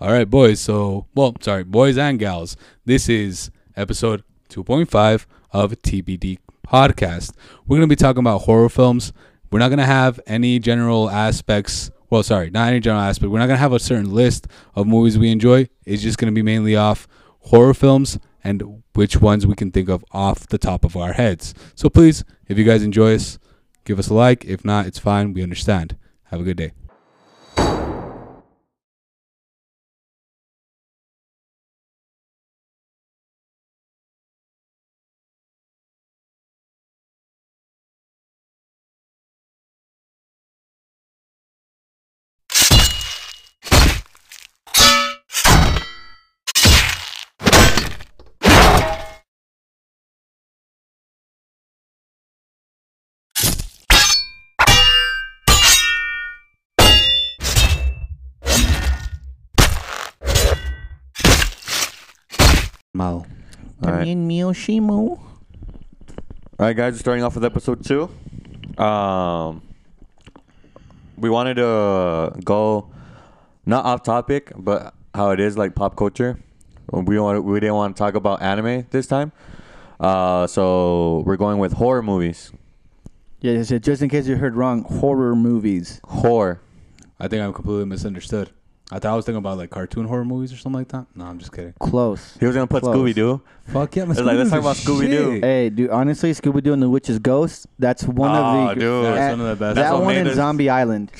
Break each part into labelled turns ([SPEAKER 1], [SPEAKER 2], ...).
[SPEAKER 1] All right, boys. So, well, sorry, boys and gals. This is episode 2.5 of TBD podcast. We're going to be talking about horror films. We're not going to have any general aspects. Well, sorry, not any general aspect. We're not going to have a certain list of movies we enjoy. It's just going to be mainly off horror films and which ones we can think of off the top of our heads. So, please, if you guys enjoy us, give us a like. If not, it's fine. We understand. Have a good day.
[SPEAKER 2] Mal.
[SPEAKER 3] All right.
[SPEAKER 2] Miyoshimo.
[SPEAKER 3] All right, guys. Starting off with episode two. Um, we wanted to go not off topic, but how it is like pop culture. We want we didn't want to talk about anime this time, uh, so we're going with horror movies.
[SPEAKER 2] Yeah, yeah, so just in case you heard wrong, horror movies.
[SPEAKER 3] Horror.
[SPEAKER 1] I think I'm completely misunderstood. I thought I was thinking about like cartoon horror movies or something like that. No, I'm just kidding.
[SPEAKER 2] Close.
[SPEAKER 3] He was gonna put
[SPEAKER 2] Close.
[SPEAKER 3] Scooby Doo.
[SPEAKER 1] Fuck yeah,
[SPEAKER 3] It's like, let's talk about Scooby-Doo.
[SPEAKER 2] Hey, dude, honestly, Scooby Doo and the Witch's Ghost, that's one
[SPEAKER 3] Oh,
[SPEAKER 2] of the.
[SPEAKER 3] dude.
[SPEAKER 2] that-
[SPEAKER 1] That's one of the best.
[SPEAKER 3] That's
[SPEAKER 2] That
[SPEAKER 3] what
[SPEAKER 2] one
[SPEAKER 3] made
[SPEAKER 2] in
[SPEAKER 3] us-
[SPEAKER 2] Zombie Island.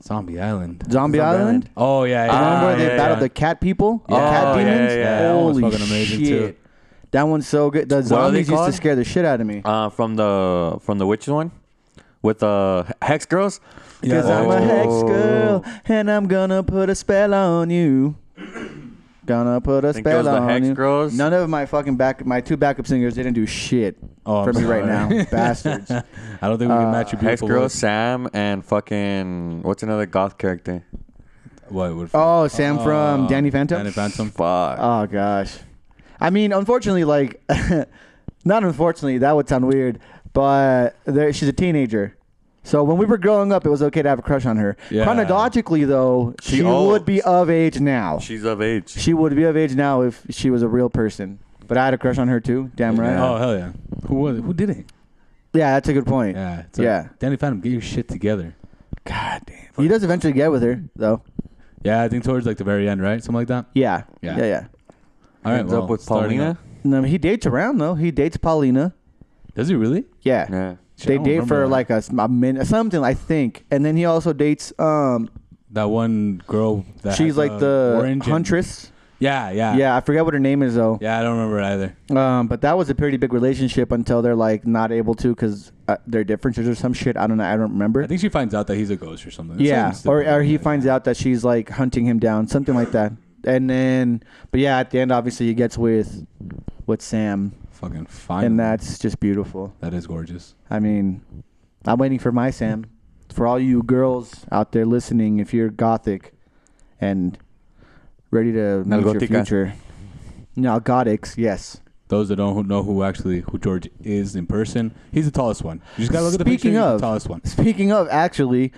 [SPEAKER 1] Zombie Island.
[SPEAKER 2] Zombie, Island?
[SPEAKER 1] Oh yeah,
[SPEAKER 2] The
[SPEAKER 1] yeah.
[SPEAKER 2] one
[SPEAKER 3] Ah,
[SPEAKER 2] where they
[SPEAKER 3] yeah,
[SPEAKER 2] battled
[SPEAKER 3] yeah.
[SPEAKER 2] the cat people? The
[SPEAKER 3] Yeah.
[SPEAKER 2] cat
[SPEAKER 3] Oh, yeah,
[SPEAKER 2] demons?
[SPEAKER 3] yeah, yeah. That
[SPEAKER 1] one was
[SPEAKER 2] Holy
[SPEAKER 1] fucking amazing, too.
[SPEAKER 2] shit. That one's so good. The
[SPEAKER 3] What are they
[SPEAKER 2] zombies used to
[SPEAKER 3] called?
[SPEAKER 2] scare the shit out of me.
[SPEAKER 3] Uh, from the from the witch one with the uh, hex girls. Oh.
[SPEAKER 2] Because I'm a hex girl, and I'm gonna put a spell on you. Gonna put a
[SPEAKER 3] Think it was
[SPEAKER 2] spell
[SPEAKER 3] the
[SPEAKER 2] on
[SPEAKER 3] Hex
[SPEAKER 2] you.
[SPEAKER 3] Girls?
[SPEAKER 2] None of my fucking back, my two backup singers didn't do shit
[SPEAKER 1] Oh, I'm
[SPEAKER 2] for me right
[SPEAKER 1] sorry.
[SPEAKER 2] now, bastards.
[SPEAKER 1] I don't think we can
[SPEAKER 2] Uh,
[SPEAKER 1] match your
[SPEAKER 3] Hex
[SPEAKER 1] beautiful
[SPEAKER 3] girl,
[SPEAKER 1] voice.
[SPEAKER 3] Sam, and fucking what's another goth character?
[SPEAKER 1] What? what
[SPEAKER 2] Oh, Sam from
[SPEAKER 1] uh,
[SPEAKER 2] Danny Phantom.
[SPEAKER 1] Danny Phantom.
[SPEAKER 3] Fuck.
[SPEAKER 2] Oh gosh, I mean, unfortunately, like, not unfortunately, that would sound weird, but there, she's a teenager. So when we were growing up, it was okay to have a crush on her.
[SPEAKER 1] Yeah.
[SPEAKER 2] Chronologically, though, she,
[SPEAKER 3] She old.
[SPEAKER 2] would be of age now.
[SPEAKER 3] She's of age.
[SPEAKER 2] She would be of age now if she was a real person. But I had a crush on her too. Damn right.
[SPEAKER 3] Yeah.
[SPEAKER 2] Yeah,
[SPEAKER 1] Oh hell yeah. Who was it? Who did it?
[SPEAKER 2] that's a good point.
[SPEAKER 1] Yeah. it's like,
[SPEAKER 2] Yeah.
[SPEAKER 1] Danny Phantom, get your shit together.
[SPEAKER 2] God damn. He does eventually get with her though.
[SPEAKER 1] Yeah, I think towards like the very end, right? Something like that.
[SPEAKER 2] Yeah.
[SPEAKER 1] Yeah.
[SPEAKER 2] Yeah. Yeah. yeah.
[SPEAKER 1] All right.
[SPEAKER 3] Ends
[SPEAKER 1] well,
[SPEAKER 3] up with
[SPEAKER 1] starting
[SPEAKER 3] Paulina.
[SPEAKER 1] up.
[SPEAKER 2] No, he dates around though. He dates Paulina.
[SPEAKER 1] Does he really?
[SPEAKER 2] Yeah.
[SPEAKER 3] Yeah.
[SPEAKER 1] Shit, I
[SPEAKER 2] They
[SPEAKER 1] don't
[SPEAKER 2] date
[SPEAKER 1] remember
[SPEAKER 2] for
[SPEAKER 1] that.
[SPEAKER 2] like a, s- a minute, something I think, and then he also dates. Um,
[SPEAKER 1] that one girl. That
[SPEAKER 2] she's
[SPEAKER 1] has
[SPEAKER 2] like the
[SPEAKER 1] orange and-
[SPEAKER 2] huntress.
[SPEAKER 1] Yeah, yeah,
[SPEAKER 2] Yeah, I forget what her name is though.
[SPEAKER 1] yeah. I don't remember it either.
[SPEAKER 2] Um, but that was a pretty big relationship until they're like not able to because uh, their differences or some shit. I don't know. I don't remember.
[SPEAKER 1] I think she finds out that he's a ghost or something. It's
[SPEAKER 2] Yeah,
[SPEAKER 1] something
[SPEAKER 2] or,
[SPEAKER 1] stupid
[SPEAKER 2] or
[SPEAKER 1] like
[SPEAKER 2] he
[SPEAKER 1] that.
[SPEAKER 2] finds out that she's like hunting him down, something like that. And then, but yeah, at the end, obviously, he gets with with Sam,
[SPEAKER 1] Fucking fine.
[SPEAKER 2] and that's just beautiful.
[SPEAKER 1] that is gorgeous.
[SPEAKER 2] I mean, I'm waiting for my Sam. For all you girls out there listening, if you're gothic and ready to meet your
[SPEAKER 3] Nalgotica.
[SPEAKER 2] future, no gothics, yes.
[SPEAKER 1] Those that don't who- know who actually who George is in person, he's the tallest one. You just gotta look at the picture.
[SPEAKER 2] Speaking
[SPEAKER 1] he's
[SPEAKER 2] of-
[SPEAKER 1] the tallest one.
[SPEAKER 2] Speaking of, actually,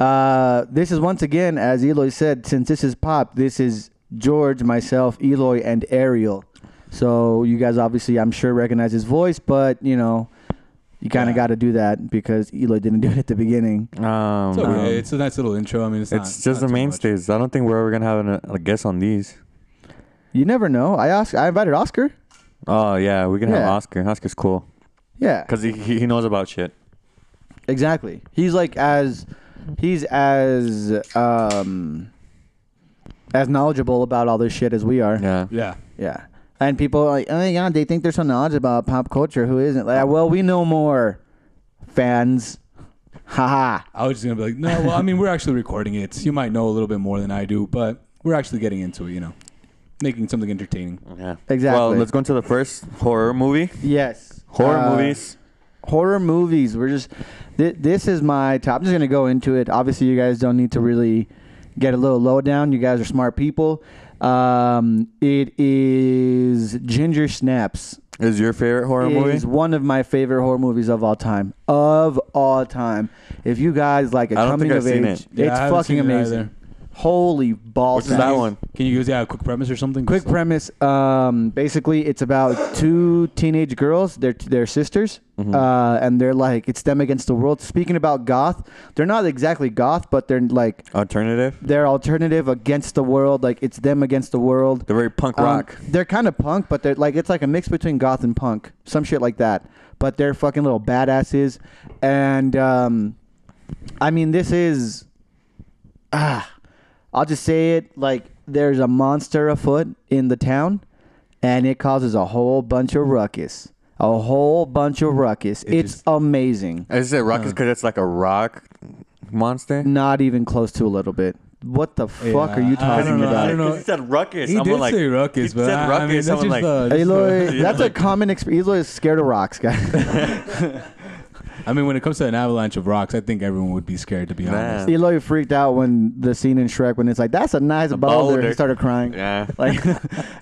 [SPEAKER 2] uh, this is once again, as Eloy said, since this is pop, this is George, myself, Eloy, and Ariel. So you guys obviously, I'm sure, recognize his voice, but you know, you kind of
[SPEAKER 1] Yeah.
[SPEAKER 2] got to do that because Eloy didn't do it at the beginning.
[SPEAKER 3] Um,
[SPEAKER 1] It's, okay.
[SPEAKER 2] um,
[SPEAKER 1] it's a nice little intro. I mean, it's,
[SPEAKER 3] it's
[SPEAKER 1] not-
[SPEAKER 3] just
[SPEAKER 1] not
[SPEAKER 3] the
[SPEAKER 1] too much.
[SPEAKER 3] mainstays. I don't think we're ever gonna have an, a guest on these.
[SPEAKER 2] You never know. I asked, I invited Oscar.
[SPEAKER 3] Oh yeah, we can have
[SPEAKER 2] Yeah.
[SPEAKER 3] Oscar. Oscar's cool
[SPEAKER 2] Yeah,
[SPEAKER 3] because he, he he knows about shit.
[SPEAKER 2] exactly. He's like as, he's as um, as knowledgeable about all this shit as we are.
[SPEAKER 3] Yeah.
[SPEAKER 1] Yeah,
[SPEAKER 2] Yeah. And people are like, oh my god, they think they're so knowledgeable about pop culture. Who isn't? Like, well, we know more, fans. Haha.
[SPEAKER 1] I was just gonna be like, no. Well, I mean, we're actually recording it. You might know a little bit more than I do, but we're actually getting into it. You know, making something entertaining.
[SPEAKER 3] Yeah.
[SPEAKER 2] Exactly.
[SPEAKER 3] Well, let's go into the first horror movie.
[SPEAKER 2] Yes.
[SPEAKER 3] Horror
[SPEAKER 2] Uh,
[SPEAKER 3] movies.
[SPEAKER 2] Horror movies. We're just. Th- this is my top. I'm just gonna go into it. Obviously, you guys don't need to really get a little lowdown. You guys are smart people. Um, it is Ginger Snaps.
[SPEAKER 3] Is your favorite horror
[SPEAKER 2] is
[SPEAKER 3] movie?
[SPEAKER 2] one of my favorite horror movies of all time. Of all time. If you guys like a
[SPEAKER 3] I don't
[SPEAKER 2] coming
[SPEAKER 3] think
[SPEAKER 2] of
[SPEAKER 3] I've
[SPEAKER 2] age,
[SPEAKER 3] seen it.
[SPEAKER 2] it's
[SPEAKER 1] Yeah, I haven't
[SPEAKER 2] fucking
[SPEAKER 1] seen it
[SPEAKER 2] amazing.
[SPEAKER 1] either.
[SPEAKER 2] Holy ball.
[SPEAKER 3] Which is that
[SPEAKER 2] sacks.
[SPEAKER 3] one?
[SPEAKER 1] Can you give us yeah, a quick premise or something?
[SPEAKER 2] Quick premise. Um, basically, it's about two teenage girls. They're they're sisters,
[SPEAKER 3] Mm-hmm.
[SPEAKER 2] uh, and they're like it's them against the world. Speaking about goth, they're not exactly goth, but they're like
[SPEAKER 3] Alternative.
[SPEAKER 2] they're alternative against the world. Like it's them against the world.
[SPEAKER 3] They're very punk
[SPEAKER 2] Um,
[SPEAKER 3] rock.
[SPEAKER 2] they're kind of punk, but they're like it's like a mix between goth and punk, some shit like that. But they're fucking little badasses, and um, I mean this is ah, I'll just say it like there's a monster afoot in the town, and it causes a whole bunch of ruckus, a whole bunch of ruckus. it's
[SPEAKER 1] just-
[SPEAKER 2] amazing.
[SPEAKER 3] Is it rock?
[SPEAKER 1] uh.
[SPEAKER 3] because it's like a rock monster.
[SPEAKER 2] Not even close to a little bit. What the fuck are you
[SPEAKER 1] I- I
[SPEAKER 2] talking
[SPEAKER 1] don't know,
[SPEAKER 2] about?
[SPEAKER 1] I don't know.
[SPEAKER 3] He said ruckus.
[SPEAKER 1] He
[SPEAKER 3] I'm
[SPEAKER 1] did
[SPEAKER 3] like,
[SPEAKER 1] say ruckus,
[SPEAKER 3] he
[SPEAKER 1] but
[SPEAKER 3] said
[SPEAKER 1] I-
[SPEAKER 3] ruckus.
[SPEAKER 1] I mean, that's
[SPEAKER 3] I'm
[SPEAKER 1] just
[SPEAKER 3] like,
[SPEAKER 1] the- that's the-
[SPEAKER 2] Aloy, that's a common experience. Aloy is scared of rocks, guys.
[SPEAKER 1] I mean, when it comes to an avalanche of rocks, I think everyone would be scared to be
[SPEAKER 3] Man.
[SPEAKER 1] honest.
[SPEAKER 2] Eloy freaked out when the scene in Shrek when it's like that's a nice boulder.
[SPEAKER 3] boulder.
[SPEAKER 2] He started crying.
[SPEAKER 3] yeah.
[SPEAKER 2] Like,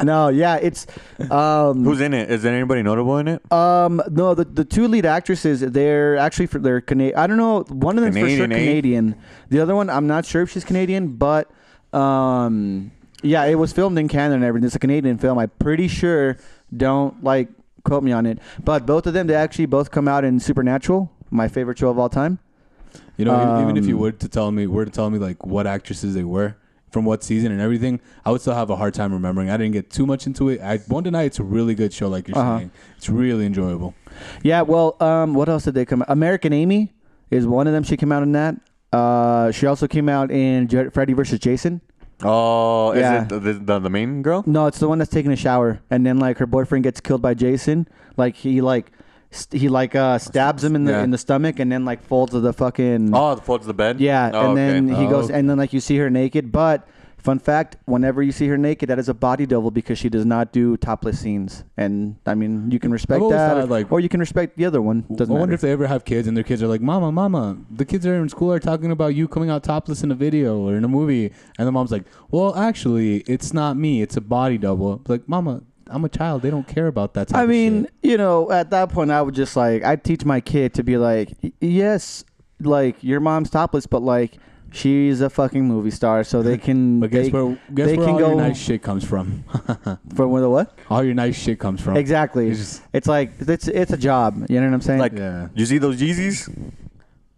[SPEAKER 2] no, yeah, it's um,
[SPEAKER 3] Who's in it? Is there anybody notable in it?
[SPEAKER 2] um, no, the, the two lead actresses they're actually for they're Canadian. I don't know, one of them for sure
[SPEAKER 3] Canadian, eh?
[SPEAKER 2] Canadian. The other one, I'm not sure if she's Canadian, but um, yeah, it was filmed in Canada and everything. It's a Canadian film. I'm pretty sure. Don't like quote me on it, but both of them they actually both come out in Supernatural, my favorite show of all time.
[SPEAKER 1] You know, even- even if you
[SPEAKER 2] Um,
[SPEAKER 1] were to tell me, were to tell me like what actresses they were from what season and everything, I would still have a hard time remembering. I didn't get too much into it. I won't deny it's a really good show, like you're
[SPEAKER 2] Uh-huh.
[SPEAKER 1] saying. It's really enjoyable.
[SPEAKER 2] Yeah, well, um, what else did they come? American Amy is one of them. She came out in that. Uh, she also came out in J- Freddy versus Jason.
[SPEAKER 3] Oh,
[SPEAKER 2] Yeah. Mm.
[SPEAKER 3] is it the, the, the, the main girl?
[SPEAKER 2] No, it's the one that's taking a shower, and then like her boyfriend gets killed by Jason. Like he like st- he like uh, stabs him in the
[SPEAKER 3] Yeah.
[SPEAKER 2] in the stomach, and then like folds to the fucking
[SPEAKER 3] Oh, the folds the bed.
[SPEAKER 2] yeah,
[SPEAKER 3] Oh,
[SPEAKER 2] and then
[SPEAKER 3] okay.
[SPEAKER 2] he
[SPEAKER 1] Oh,
[SPEAKER 2] goes,
[SPEAKER 1] okay.
[SPEAKER 2] and then like you see her naked. But fun fact: whenever you see her naked, that is a body double because she does not do topless scenes. And I mean, you can respect
[SPEAKER 1] always
[SPEAKER 2] that,
[SPEAKER 1] thought, like-
[SPEAKER 2] or you can respect the other one.
[SPEAKER 1] I
[SPEAKER 2] Doesn't
[SPEAKER 1] wonder
[SPEAKER 2] matter.
[SPEAKER 1] if they ever have kids and their kids are like, "Mama, mama, the kids that are in school are talking about you coming out topless in a video or in a movie," and the mom's like, "Well, actually, it's not me. It's a body double." It's like, "Mama, I'm a child. They don't care about that." Type
[SPEAKER 2] I
[SPEAKER 1] of
[SPEAKER 2] mean,
[SPEAKER 1] shit."
[SPEAKER 2] you know, at that point, I would just like I'd teach my kid to be like, "Y- yes, like your mom's topless, but like she's a fucking movie star, so they can.
[SPEAKER 1] but guess
[SPEAKER 2] they,
[SPEAKER 1] where? Guess
[SPEAKER 2] they
[SPEAKER 1] where
[SPEAKER 2] can
[SPEAKER 1] all
[SPEAKER 2] go-
[SPEAKER 1] your nice shit comes from?
[SPEAKER 2] from where the what?
[SPEAKER 1] all your nice shit comes from.
[SPEAKER 2] Exactly.
[SPEAKER 1] It's
[SPEAKER 2] It's,
[SPEAKER 1] just-
[SPEAKER 2] like it's it's a job. You know what I'm saying?
[SPEAKER 3] Like,
[SPEAKER 1] Yeah.
[SPEAKER 3] you see those Yeezys?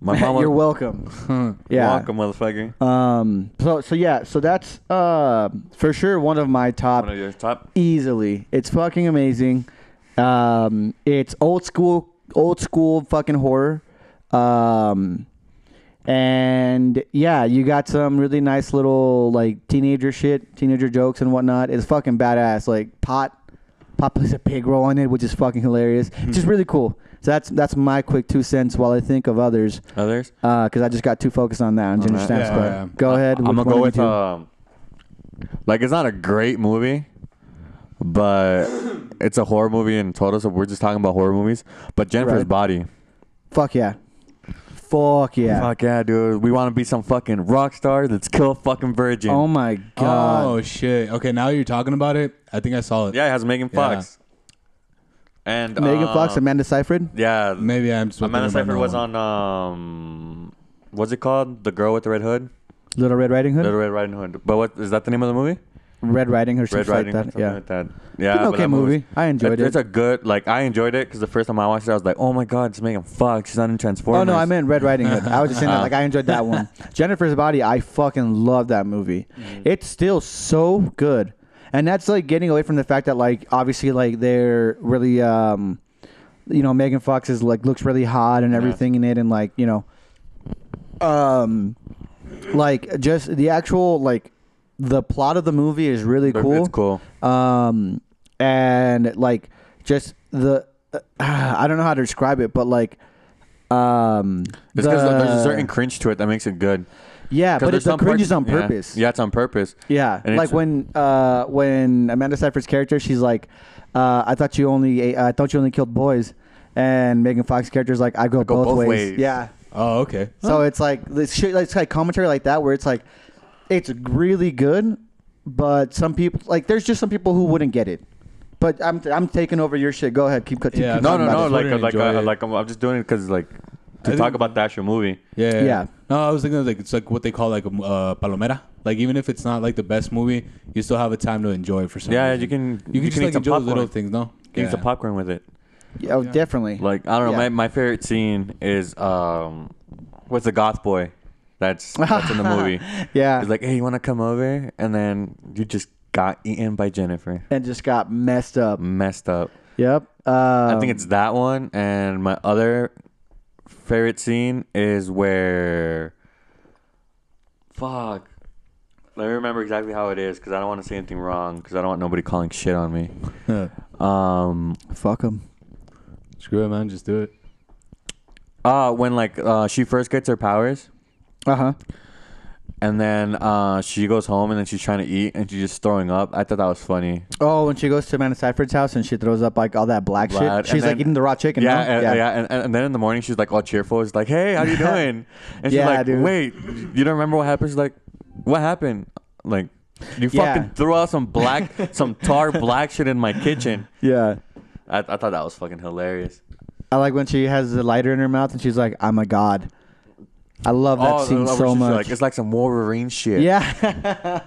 [SPEAKER 3] My mama.
[SPEAKER 2] you're welcome. Yeah.
[SPEAKER 3] Welcome, motherfucker.
[SPEAKER 2] Um. So so yeah. So that's uh for sure one of my top
[SPEAKER 3] One of your top.
[SPEAKER 2] easily. It's fucking amazing. Um, it's old school, old school fucking horror. Um, and yeah, you got some really nice little like teenager shit, teenager jokes and whatnot. It's fucking badass. Like pot, pot plays a pig role in it, which is fucking hilarious.
[SPEAKER 1] Hmm.
[SPEAKER 2] It's just really cool. So that's that's my quick two cents while I think of others,
[SPEAKER 3] Others?
[SPEAKER 2] because I just got too focused on that on Ginger
[SPEAKER 3] Alright.
[SPEAKER 2] Snaps.
[SPEAKER 1] Yeah,
[SPEAKER 2] but
[SPEAKER 1] yeah.
[SPEAKER 2] go ahead.
[SPEAKER 3] I'm
[SPEAKER 2] which
[SPEAKER 3] gonna go
[SPEAKER 2] one
[SPEAKER 3] with
[SPEAKER 2] did you-
[SPEAKER 3] um, like it's not a great movie, but it's a horror movie in total. So we're just talking about horror movies. But Jennifer's
[SPEAKER 2] Right.
[SPEAKER 3] Body,
[SPEAKER 2] fuck yeah, fuck yeah.
[SPEAKER 3] fuck yeah, dude. We want to be some fucking rock stars. Let's kill fucking virgin.
[SPEAKER 2] Oh my god.
[SPEAKER 1] Oh shit. Okay, now you're talking about it. I think I saw it.
[SPEAKER 3] yeah, it has Megan
[SPEAKER 1] Yeah.
[SPEAKER 3] Fox. And
[SPEAKER 2] Megan
[SPEAKER 3] um,
[SPEAKER 2] Fox, Amanda Seyfried.
[SPEAKER 3] Yeah,
[SPEAKER 1] Maybe I'm just.
[SPEAKER 3] Amanda
[SPEAKER 1] thinking about
[SPEAKER 3] Seyfried
[SPEAKER 1] that
[SPEAKER 3] was
[SPEAKER 1] one.
[SPEAKER 3] on um, what's it called? The Girl with the Red Hood,
[SPEAKER 2] Little Red Riding Hood.
[SPEAKER 3] Little Red Riding Hood. But what is that the name of the movie?
[SPEAKER 2] Red Riding Hood. Red
[SPEAKER 3] Red
[SPEAKER 2] Riding like
[SPEAKER 3] Riding Hood,
[SPEAKER 2] that.
[SPEAKER 3] something
[SPEAKER 2] Yeah.
[SPEAKER 3] like that.
[SPEAKER 2] It's
[SPEAKER 3] Yeah,
[SPEAKER 2] an
[SPEAKER 3] but
[SPEAKER 2] okay
[SPEAKER 3] that
[SPEAKER 2] movie.
[SPEAKER 3] movie's-
[SPEAKER 2] I enjoyed it.
[SPEAKER 3] It's a good like I enjoyed it because the first time I watched it, I was like, oh my god, it's Megan Fox. She's not in Transformers.
[SPEAKER 2] oh no, I meant Red Riding Hood. I was just saying that
[SPEAKER 3] Ah.
[SPEAKER 2] like I enjoyed that one. Jennifer's Body. I fucking love that movie.
[SPEAKER 3] Mm.
[SPEAKER 2] It's still so good, and that's like getting away from the fact that like obviously like they're really um, you know Megan Fox is like looks really hot and
[SPEAKER 3] Yeah.
[SPEAKER 2] everything in it, and like you know, um, like just the actual like the plot of the movie is really
[SPEAKER 3] But
[SPEAKER 2] cool.
[SPEAKER 3] It's cool.
[SPEAKER 2] um and like just the uh, i don't know how to describe it but like um
[SPEAKER 3] It's because
[SPEAKER 2] the-
[SPEAKER 3] there's a certain cringe to it that makes it good.
[SPEAKER 2] yeah
[SPEAKER 3] 'Cause
[SPEAKER 2] but
[SPEAKER 3] there's
[SPEAKER 2] it's the
[SPEAKER 3] some
[SPEAKER 2] cringe
[SPEAKER 3] parts-
[SPEAKER 2] is on
[SPEAKER 3] yeah.
[SPEAKER 2] purpose
[SPEAKER 3] Yeah, it's on purpose.
[SPEAKER 2] yeah,
[SPEAKER 3] And
[SPEAKER 2] like
[SPEAKER 3] it's-
[SPEAKER 2] when uh when Amanda Seyfried's character, she's like, uh, I thought you only I thought you only killed boys, and Megan Fox's character's like, I go,
[SPEAKER 3] go
[SPEAKER 2] both,
[SPEAKER 3] both
[SPEAKER 2] ways.
[SPEAKER 3] ways.
[SPEAKER 2] Yeah,
[SPEAKER 1] Oh okay.
[SPEAKER 2] so it's like this shit, it's like commentary like that where it's like, it's really good, but some people like there's just some people who wouldn't get it. But I'm I'm taking over your shit. Go ahead, keep, keep,
[SPEAKER 1] Yeah,
[SPEAKER 2] keep
[SPEAKER 1] no,
[SPEAKER 2] talking
[SPEAKER 3] No, no,
[SPEAKER 2] about
[SPEAKER 3] no.
[SPEAKER 2] it.
[SPEAKER 1] just wouldn't
[SPEAKER 3] Like, like,
[SPEAKER 1] enjoy
[SPEAKER 3] uh,
[SPEAKER 1] it.
[SPEAKER 3] like I'm, I'm just doing it because like to
[SPEAKER 1] I
[SPEAKER 3] talk
[SPEAKER 1] think-
[SPEAKER 3] about the actual movie.
[SPEAKER 1] Yeah,
[SPEAKER 2] Yeah.
[SPEAKER 1] No, I was thinking like it's like what they call like a m- uh, palomera. Like even if it's not like the best movie, you still have a time to enjoy it for some.
[SPEAKER 3] Yeah,
[SPEAKER 1] reason.
[SPEAKER 3] you
[SPEAKER 1] You
[SPEAKER 3] can- you
[SPEAKER 1] can
[SPEAKER 3] can
[SPEAKER 1] just
[SPEAKER 3] eat
[SPEAKER 1] like
[SPEAKER 3] some
[SPEAKER 1] enjoy the little
[SPEAKER 3] popcorn.
[SPEAKER 1] things. No,
[SPEAKER 3] Eat some popcorn with it.
[SPEAKER 2] Oh, definitely.
[SPEAKER 3] Like I don't know.
[SPEAKER 2] Yeah.
[SPEAKER 3] My, my favorite scene is um, what's the goth boy? That's that's in the movie.
[SPEAKER 2] Yeah.
[SPEAKER 3] He's like, hey, you want to come over? And then you just got eaten by Jennifer.
[SPEAKER 2] and just got messed up.
[SPEAKER 3] Messed up.
[SPEAKER 2] Yep. Uh,
[SPEAKER 3] I think it's that one. And my other favorite scene is where. Fuck. Let me remember exactly how it is because I don't want to say anything wrong because I don't want nobody calling shit on me. Um,
[SPEAKER 2] fuck him.
[SPEAKER 1] Screw it, man. Just do it.
[SPEAKER 3] uh, when like uh, she first gets her powers
[SPEAKER 2] Uh huh.
[SPEAKER 3] and then uh, she goes home and then she's trying to eat and she's just throwing up. I thought that was funny.
[SPEAKER 2] Oh, when she goes to Amanda Seyfried's house and she throws up like all that black shit.
[SPEAKER 3] Blood,
[SPEAKER 2] She's
[SPEAKER 3] and
[SPEAKER 2] like
[SPEAKER 3] then-
[SPEAKER 2] eating the raw chicken.
[SPEAKER 3] Yeah,
[SPEAKER 2] no?
[SPEAKER 3] and, yeah. And, and- and then in the morning she's like all cheerful. It's like, hey, how you doing? And she's
[SPEAKER 2] Yeah,
[SPEAKER 3] like,
[SPEAKER 2] dude.
[SPEAKER 3] wait, you don't remember what happened? She's like, what happened? Like, you
[SPEAKER 2] Yeah.
[SPEAKER 3] fucking threw out some black, some tar black shit in my kitchen.
[SPEAKER 2] Yeah.
[SPEAKER 3] I, I thought that was fucking hilarious.
[SPEAKER 2] I like when she has the lighter in her mouth and she's like, "I'm a god." I love that
[SPEAKER 3] Oh,
[SPEAKER 2] scene
[SPEAKER 3] where
[SPEAKER 2] so
[SPEAKER 3] she's
[SPEAKER 2] much.
[SPEAKER 3] Like, it's like some Wolverine shit.
[SPEAKER 2] yeah,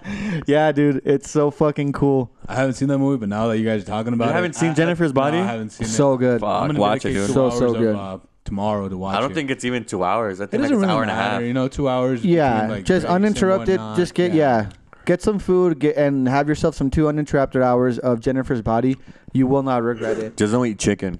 [SPEAKER 2] yeah, dude, it's so fucking cool.
[SPEAKER 1] I haven't seen that movie, but now that you guys are talking about it,
[SPEAKER 3] haven't seen
[SPEAKER 1] I-
[SPEAKER 3] Jennifer's
[SPEAKER 1] no,
[SPEAKER 3] Body?
[SPEAKER 1] I haven't seen it.
[SPEAKER 2] So good.
[SPEAKER 3] Fuck.
[SPEAKER 1] I'm gonna
[SPEAKER 3] Watch it,
[SPEAKER 1] dedicate
[SPEAKER 3] dude.
[SPEAKER 1] two
[SPEAKER 2] So,
[SPEAKER 1] hours
[SPEAKER 2] so
[SPEAKER 1] of,
[SPEAKER 2] good.
[SPEAKER 1] uh, tomorrow to watch.
[SPEAKER 3] I don't
[SPEAKER 1] it.
[SPEAKER 3] think it's even two hours. I
[SPEAKER 1] it
[SPEAKER 3] think like
[SPEAKER 1] doesn't
[SPEAKER 3] it's
[SPEAKER 1] really
[SPEAKER 3] an hour and a half.
[SPEAKER 1] matter. You know, two hours.
[SPEAKER 2] Yeah,
[SPEAKER 1] between, like,
[SPEAKER 2] just
[SPEAKER 1] breaks and
[SPEAKER 2] uninterrupted.
[SPEAKER 1] whatnot.
[SPEAKER 2] Just get yeah. get some food get, and have yourself some two uninterrupted hours of Jennifer's body. You will not regret it.
[SPEAKER 3] Just don't eat chicken.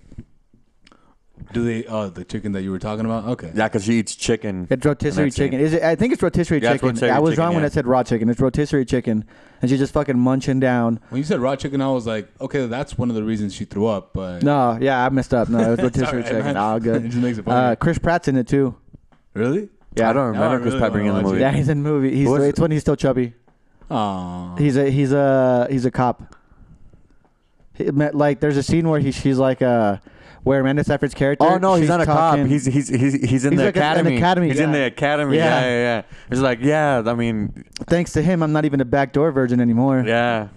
[SPEAKER 1] Do they? Oh, the chicken that you were talking about. Okay.
[SPEAKER 3] Yeah, because she eats chicken.
[SPEAKER 2] It's rotisserie
[SPEAKER 3] And that's it.
[SPEAKER 2] chicken. Is it? I think it's rotisserie
[SPEAKER 3] Yeah, it's
[SPEAKER 2] chicken.
[SPEAKER 3] rotisserie
[SPEAKER 2] I was
[SPEAKER 3] chicken,
[SPEAKER 2] wrong when
[SPEAKER 3] yeah.
[SPEAKER 2] I said raw chicken. It's rotisserie chicken, and she's just fucking munching down.
[SPEAKER 1] When you said raw chicken, I was like, okay, that's one of the reasons she threw up. But
[SPEAKER 2] No, yeah, I messed up. No, it was rotisserie
[SPEAKER 1] alright,
[SPEAKER 2] chicken.
[SPEAKER 1] man.
[SPEAKER 2] All good.
[SPEAKER 1] It just makes it funny.
[SPEAKER 2] uh, Chris Pratt's in it too.
[SPEAKER 1] really?
[SPEAKER 3] Yeah, I don't
[SPEAKER 1] Now I
[SPEAKER 3] remember Chris
[SPEAKER 1] really
[SPEAKER 3] Pratt
[SPEAKER 1] wanna
[SPEAKER 3] being in the
[SPEAKER 1] watch
[SPEAKER 3] movie.
[SPEAKER 1] it.
[SPEAKER 2] Yeah, he's in the movie. He's
[SPEAKER 3] Who was
[SPEAKER 2] it's when he's still chubby.
[SPEAKER 1] Aww.
[SPEAKER 2] He's a he's a he's a cop. He met, like there's a scene where he she's like uh where Amanda Seyfried's character.
[SPEAKER 3] Oh no, he's
[SPEAKER 2] she's
[SPEAKER 3] not a
[SPEAKER 2] talking-
[SPEAKER 3] cop. He's he's he's he's in
[SPEAKER 2] He's
[SPEAKER 3] the
[SPEAKER 2] like a- an
[SPEAKER 3] academy.
[SPEAKER 2] academy,
[SPEAKER 3] He's in
[SPEAKER 2] yeah.
[SPEAKER 3] the academy. Yeah.
[SPEAKER 2] Yeah.
[SPEAKER 3] yeah, yeah. It's like yeah. I mean,
[SPEAKER 2] thanks to him, I'm not even a backdoor virgin anymore.
[SPEAKER 3] yeah.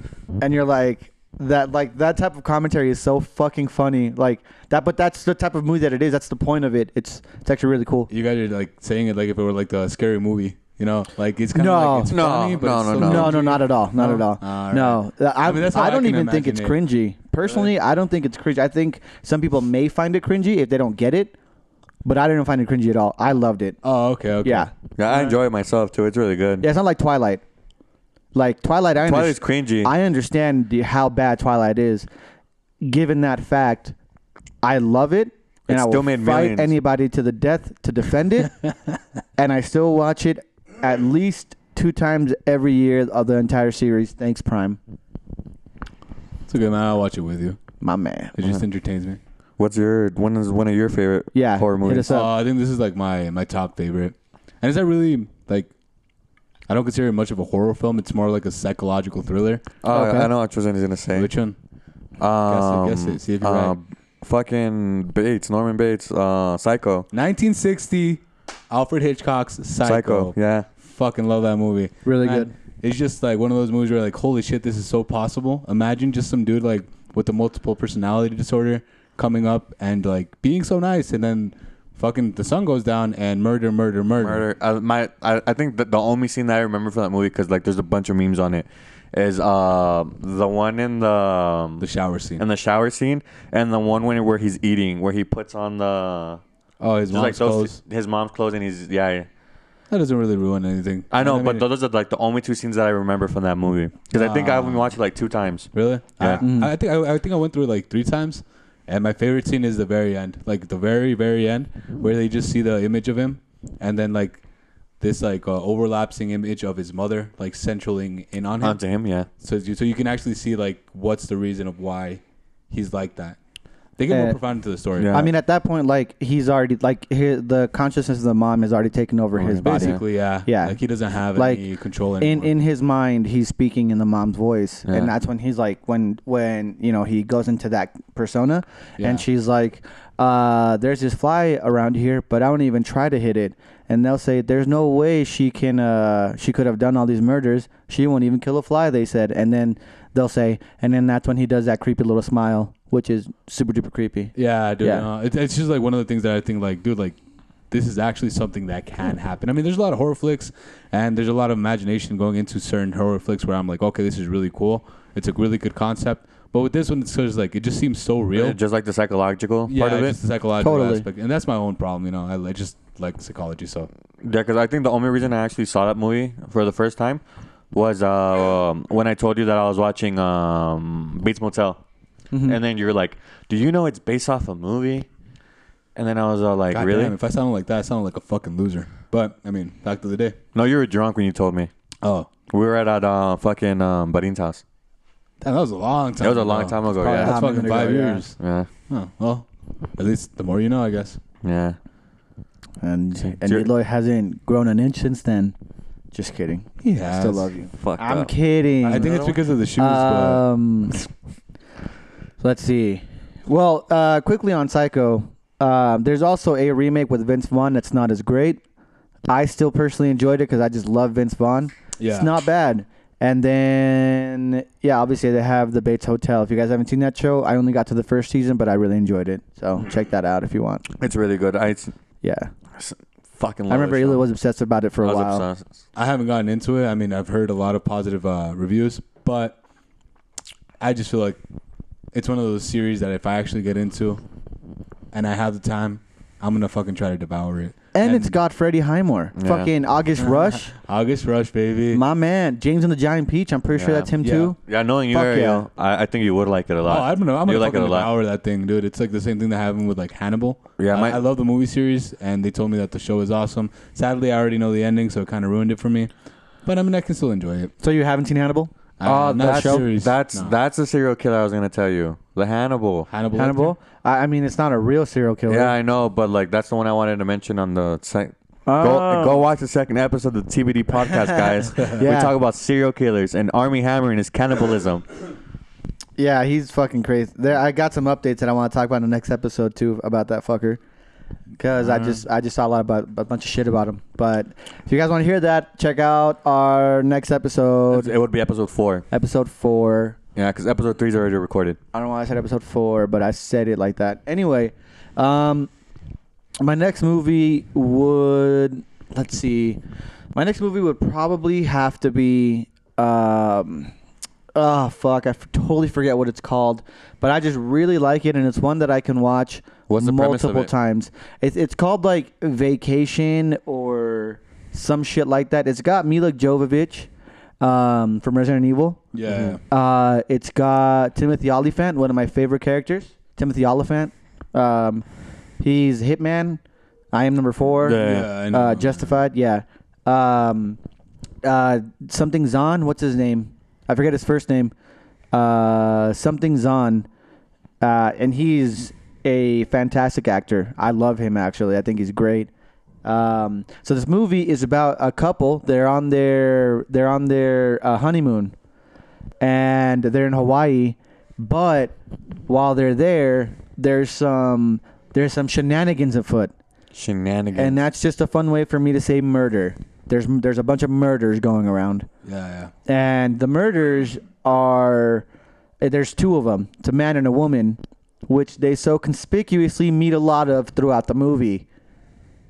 [SPEAKER 2] And you're like that like that type of commentary is so fucking funny. Like that, but that's the type of movie that it is. That's the point of it. It's it's actually really cool.
[SPEAKER 1] You guys are like saying it like if it were like a scary movie, you know? Like it's kind of
[SPEAKER 2] No.
[SPEAKER 1] like it's
[SPEAKER 3] No,
[SPEAKER 1] funny, but
[SPEAKER 3] no,
[SPEAKER 1] it's so
[SPEAKER 3] no, no.
[SPEAKER 2] No, no,
[SPEAKER 1] cringy.
[SPEAKER 2] not at all. Not
[SPEAKER 1] No?
[SPEAKER 2] at all.
[SPEAKER 1] Alright.
[SPEAKER 2] No, Uh, I,
[SPEAKER 1] I mean, that's how
[SPEAKER 2] I
[SPEAKER 1] I
[SPEAKER 2] don't
[SPEAKER 1] can
[SPEAKER 2] even think it's
[SPEAKER 1] imagine
[SPEAKER 2] cringy. Personally, I don't think it's cringy. I think some people may find it cringy if they don't get it, but I didn't find it cringy at all. I loved it.
[SPEAKER 1] Oh, okay, okay.
[SPEAKER 2] Yeah.
[SPEAKER 3] Yeah, I enjoy it myself too. It's really good.
[SPEAKER 2] Yeah, it's not like Twilight. Like Twilight, I
[SPEAKER 3] Twilight is
[SPEAKER 2] understand.
[SPEAKER 3] cringy.
[SPEAKER 2] I understand the, how bad Twilight is. Given that fact, I love it, and
[SPEAKER 3] It
[SPEAKER 2] I
[SPEAKER 3] still
[SPEAKER 2] will
[SPEAKER 3] made
[SPEAKER 2] fight
[SPEAKER 3] millions.
[SPEAKER 2] anybody to the death to defend it. and I still watch it at least two times every year of the entire series. Thanks, Prime,
[SPEAKER 1] It's okay, man. I'll watch it with you.
[SPEAKER 2] my man.
[SPEAKER 1] It just entertains me.
[SPEAKER 3] What's your one is one of your favorite
[SPEAKER 2] Yeah,
[SPEAKER 3] horror
[SPEAKER 2] hit
[SPEAKER 3] movies?
[SPEAKER 2] us up.
[SPEAKER 1] Uh, I think this is like my my top favorite, and it's not really like I don't consider it much of a horror film. It's more like a psychological thriller.
[SPEAKER 3] Oh,
[SPEAKER 2] Okay.
[SPEAKER 3] I know what Tristan is gonna say.
[SPEAKER 1] Which one?
[SPEAKER 3] Um,
[SPEAKER 1] guess it. See if you're
[SPEAKER 3] uh,
[SPEAKER 1] right.
[SPEAKER 3] Fucking Bates, Norman Bates, uh, Psycho.
[SPEAKER 1] 1960, Alfred Hitchcock's Psycho.
[SPEAKER 3] Psycho. Yeah.
[SPEAKER 1] Fucking love that movie.
[SPEAKER 2] Really
[SPEAKER 1] Man,
[SPEAKER 2] good.
[SPEAKER 1] It's just like one of those movies where like, holy shit, this is so possible. Imagine just some dude like with the multiple personality disorder coming up and like being so nice, and then fucking the sun goes down and murder, murder, murder.
[SPEAKER 3] Murder. Uh, my, I, I think that the only scene that I remember from that movie, because like there's a bunch of memes on it, is uh the one in the, um,
[SPEAKER 1] The shower scene.
[SPEAKER 3] in the shower scene, and the one when where he's eating, where he puts on the
[SPEAKER 1] oh, his
[SPEAKER 3] just
[SPEAKER 1] mom's
[SPEAKER 3] like those,
[SPEAKER 1] clothes.
[SPEAKER 3] his mom's clothes, and he's yeah. yeah.
[SPEAKER 1] That doesn't really ruin anything.
[SPEAKER 3] I know,
[SPEAKER 1] You what
[SPEAKER 3] but
[SPEAKER 1] I mean?
[SPEAKER 3] those are like the only two scenes that I remember from that movie. Because I think I
[SPEAKER 1] Ah.
[SPEAKER 3] only watched it like two times.
[SPEAKER 1] really,
[SPEAKER 3] Yeah.
[SPEAKER 1] I, I think I, I think I went through it like three times, and my favorite scene is the very end, like the very very end, where they just see the image of him, and then like this like uh, overlapping image of his mother, like centraling in on him.
[SPEAKER 3] Onto him, yeah.
[SPEAKER 1] so you so you can actually see like what's the reason of why he's like that. They get more
[SPEAKER 2] Uh,
[SPEAKER 1] profound into the story.
[SPEAKER 3] yeah.
[SPEAKER 2] I mean, at that point, like he's already like hi the consciousness of the mom has already taken over
[SPEAKER 3] Oh,
[SPEAKER 2] his
[SPEAKER 3] yeah.
[SPEAKER 2] body.
[SPEAKER 1] basically, yeah,
[SPEAKER 2] Yeah.
[SPEAKER 1] Like he doesn't have
[SPEAKER 2] Like,
[SPEAKER 1] any control
[SPEAKER 2] In
[SPEAKER 1] anymore.
[SPEAKER 2] in his mind, he's speaking in the mom's voice,
[SPEAKER 3] Yeah.
[SPEAKER 2] and that's when he's like, when when you know he goes into that persona,
[SPEAKER 1] Yeah.
[SPEAKER 2] and she's like, uh, "There's this fly around here, but I don't even try to hit it." And they'll say, "There's no way she can, uh, she could have done all these murders. She won't even kill a fly." They said, and then they'll say, and then that's when he does that creepy little smile, which is super duper creepy.
[SPEAKER 1] Yeah, dude.
[SPEAKER 2] Yeah.
[SPEAKER 1] no, it- it's just like one of the things that I think, like, dude, like, this is actually something that can happen. I mean, there's a lot of horror flicks, and there's a lot of imagination going into certain horror flicks where I'm like, okay, this is really cool. It's a really good concept. But with this one, it's just like it just seems so real.
[SPEAKER 3] Just like the psychological
[SPEAKER 1] yeah,
[SPEAKER 3] part of it.
[SPEAKER 1] just the psychological
[SPEAKER 2] Totally.
[SPEAKER 1] aspect, and that's my own problem. You know, I, I just like psychology, so
[SPEAKER 3] Yeah, because I think the only reason I actually saw that movie for the first time was um, when I told you that I was watching um, Bates Motel,
[SPEAKER 1] Hmm.
[SPEAKER 3] and then you're like, "Do you know it's based off a movie?" And then I was all like,
[SPEAKER 1] God
[SPEAKER 3] "Really?
[SPEAKER 1] damn, if I sounded like that, I sounded like a fucking loser. But I mean, fact of the day.
[SPEAKER 3] No, you were drunk when you told me.
[SPEAKER 1] Oh,
[SPEAKER 3] We were at at uh, fucking um, Barin's house.
[SPEAKER 1] damn, that was a long time.
[SPEAKER 3] That was a long time ago.
[SPEAKER 2] probably
[SPEAKER 3] Yeah,
[SPEAKER 2] how
[SPEAKER 1] That's
[SPEAKER 2] many
[SPEAKER 1] fucking
[SPEAKER 2] ago,
[SPEAKER 1] five
[SPEAKER 2] yeah.
[SPEAKER 1] years.
[SPEAKER 3] yeah,
[SPEAKER 1] Oh, well, at least the more you know, I guess.
[SPEAKER 3] yeah.
[SPEAKER 2] And and
[SPEAKER 3] Jer-
[SPEAKER 2] Eloy hasn't grown an inch since then. Just kidding.
[SPEAKER 1] He
[SPEAKER 2] I
[SPEAKER 1] has.
[SPEAKER 2] still love you.
[SPEAKER 3] Fucked
[SPEAKER 2] I'm
[SPEAKER 3] up.
[SPEAKER 2] kidding.
[SPEAKER 1] I think
[SPEAKER 3] Another
[SPEAKER 1] it's
[SPEAKER 3] one?
[SPEAKER 1] because of the shoes.
[SPEAKER 2] Um, let's see. Well, uh, quickly on Psycho, uh, there's also a remake with Vince Vaughn that's not as great. I still personally enjoyed it because I just love Vince Vaughn.
[SPEAKER 1] but yeah,
[SPEAKER 2] It's not bad. And then, yeah, obviously they have the Bates Hotel. If you guys haven't seen that show, I only got to the first season, but I really enjoyed it. So
[SPEAKER 1] Mm-hmm.
[SPEAKER 2] check that out if you want.
[SPEAKER 3] It's really good. I it's
[SPEAKER 2] Yeah,
[SPEAKER 3] fucking. Love
[SPEAKER 2] I remember
[SPEAKER 3] that
[SPEAKER 2] Eli
[SPEAKER 3] show.
[SPEAKER 2] was obsessed about it for
[SPEAKER 3] I
[SPEAKER 2] a
[SPEAKER 3] was
[SPEAKER 2] while.
[SPEAKER 3] obsessed.
[SPEAKER 1] I haven't gotten into it. I mean, I've heard a lot of positive uh, reviews, but I just feel like it's one of those series that if I actually get into and I have the time, I'm gonna fucking try to devour it.
[SPEAKER 2] And, it's got Freddie Highmore,
[SPEAKER 3] Yeah.
[SPEAKER 2] fucking August Rush,
[SPEAKER 1] August Rush, baby.
[SPEAKER 2] my man, James and the Giant Peach. I'm pretty sure
[SPEAKER 3] Yeah.
[SPEAKER 2] that's him
[SPEAKER 1] Yeah.
[SPEAKER 2] too.
[SPEAKER 3] Yeah, knowing you,
[SPEAKER 2] Fuck yeah.
[SPEAKER 3] Ariel, I, I think you would like it a lot.
[SPEAKER 1] Oh, I don't know. I'm
[SPEAKER 3] you
[SPEAKER 1] gonna
[SPEAKER 3] like it
[SPEAKER 1] fucking
[SPEAKER 3] a lot.
[SPEAKER 1] devour that thing, dude. It's like the same thing that happened with like Hannibal.
[SPEAKER 3] Yeah,
[SPEAKER 1] I,
[SPEAKER 3] my-
[SPEAKER 1] I love the movie series, and they told me that the show is awesome. Sadly, I already know the ending, so it kind of ruined it for me. But I mean, I can still enjoy it.
[SPEAKER 2] So you haven't seen Hannibal?
[SPEAKER 1] Uh,
[SPEAKER 3] Oh,
[SPEAKER 1] not
[SPEAKER 3] that's
[SPEAKER 1] series,
[SPEAKER 3] that's
[SPEAKER 1] no.
[SPEAKER 3] that's the serial killer I was gonna tell you. The Hannibal.
[SPEAKER 1] Hannibal.
[SPEAKER 2] Hannibal? I, I mean, it's not a real serial killer.
[SPEAKER 3] Yeah, I know, but like that's the one I wanted to mention on the site. Go,
[SPEAKER 2] Oh.
[SPEAKER 3] go watch the second episode of the TBD podcast, guys. We
[SPEAKER 2] Yeah.
[SPEAKER 3] talk about serial killers and Army Hammer and his cannibalism.
[SPEAKER 2] yeah, he's fucking crazy. There, I got some updates that I want to talk about in the next episode too about that fucker. Cause
[SPEAKER 3] Uh-huh.
[SPEAKER 2] I just I just saw a lot about a bunch of shit about him. But if you guys want to hear that, check out our next
[SPEAKER 1] Oh.
[SPEAKER 2] episode,
[SPEAKER 3] it would be episode four.
[SPEAKER 2] episode four.
[SPEAKER 3] Yeah, because episode three's already recorded.
[SPEAKER 2] I don't know why I said episode four, but I said it like that. Anyway, um, my next movie would let's see, my next movie would probably have to be um, oh fuck, I f- totally forget what it's called, but I just really like it, and it's one that I can watch
[SPEAKER 3] What's the premise of
[SPEAKER 2] multiple
[SPEAKER 3] it?
[SPEAKER 2] times. It's it's called like Vacation or some shit like that. It's got Mila Jovovich um, from Resident Evil.
[SPEAKER 1] Yeah.
[SPEAKER 2] Uh, it's got Timothy Oliphant, one of my favorite characters. Timothy Oliphant. Um, he's Hitman. I am number four.
[SPEAKER 3] Yeah.
[SPEAKER 1] I know.
[SPEAKER 2] Uh, Justified. Yeah. Um, uh, something Zahn. What's his name? I forget his first name. Uh, something Zahn. Uh, and he's a fantastic actor. I love him actually. I think he's great. Um, so this movie is about a couple. They're on their they're on their uh, honeymoon and they're in Hawaii. But while they're there, there's some there's some shenanigans afoot,
[SPEAKER 3] Shenanigans.
[SPEAKER 2] and that's just a fun way for me to say murder. There's there's a bunch of murders going around,
[SPEAKER 1] yeah, yeah.
[SPEAKER 2] and the murders are eh, there's two of them. It's a man and a woman, which they so conspicuously meet a lot of throughout the movie,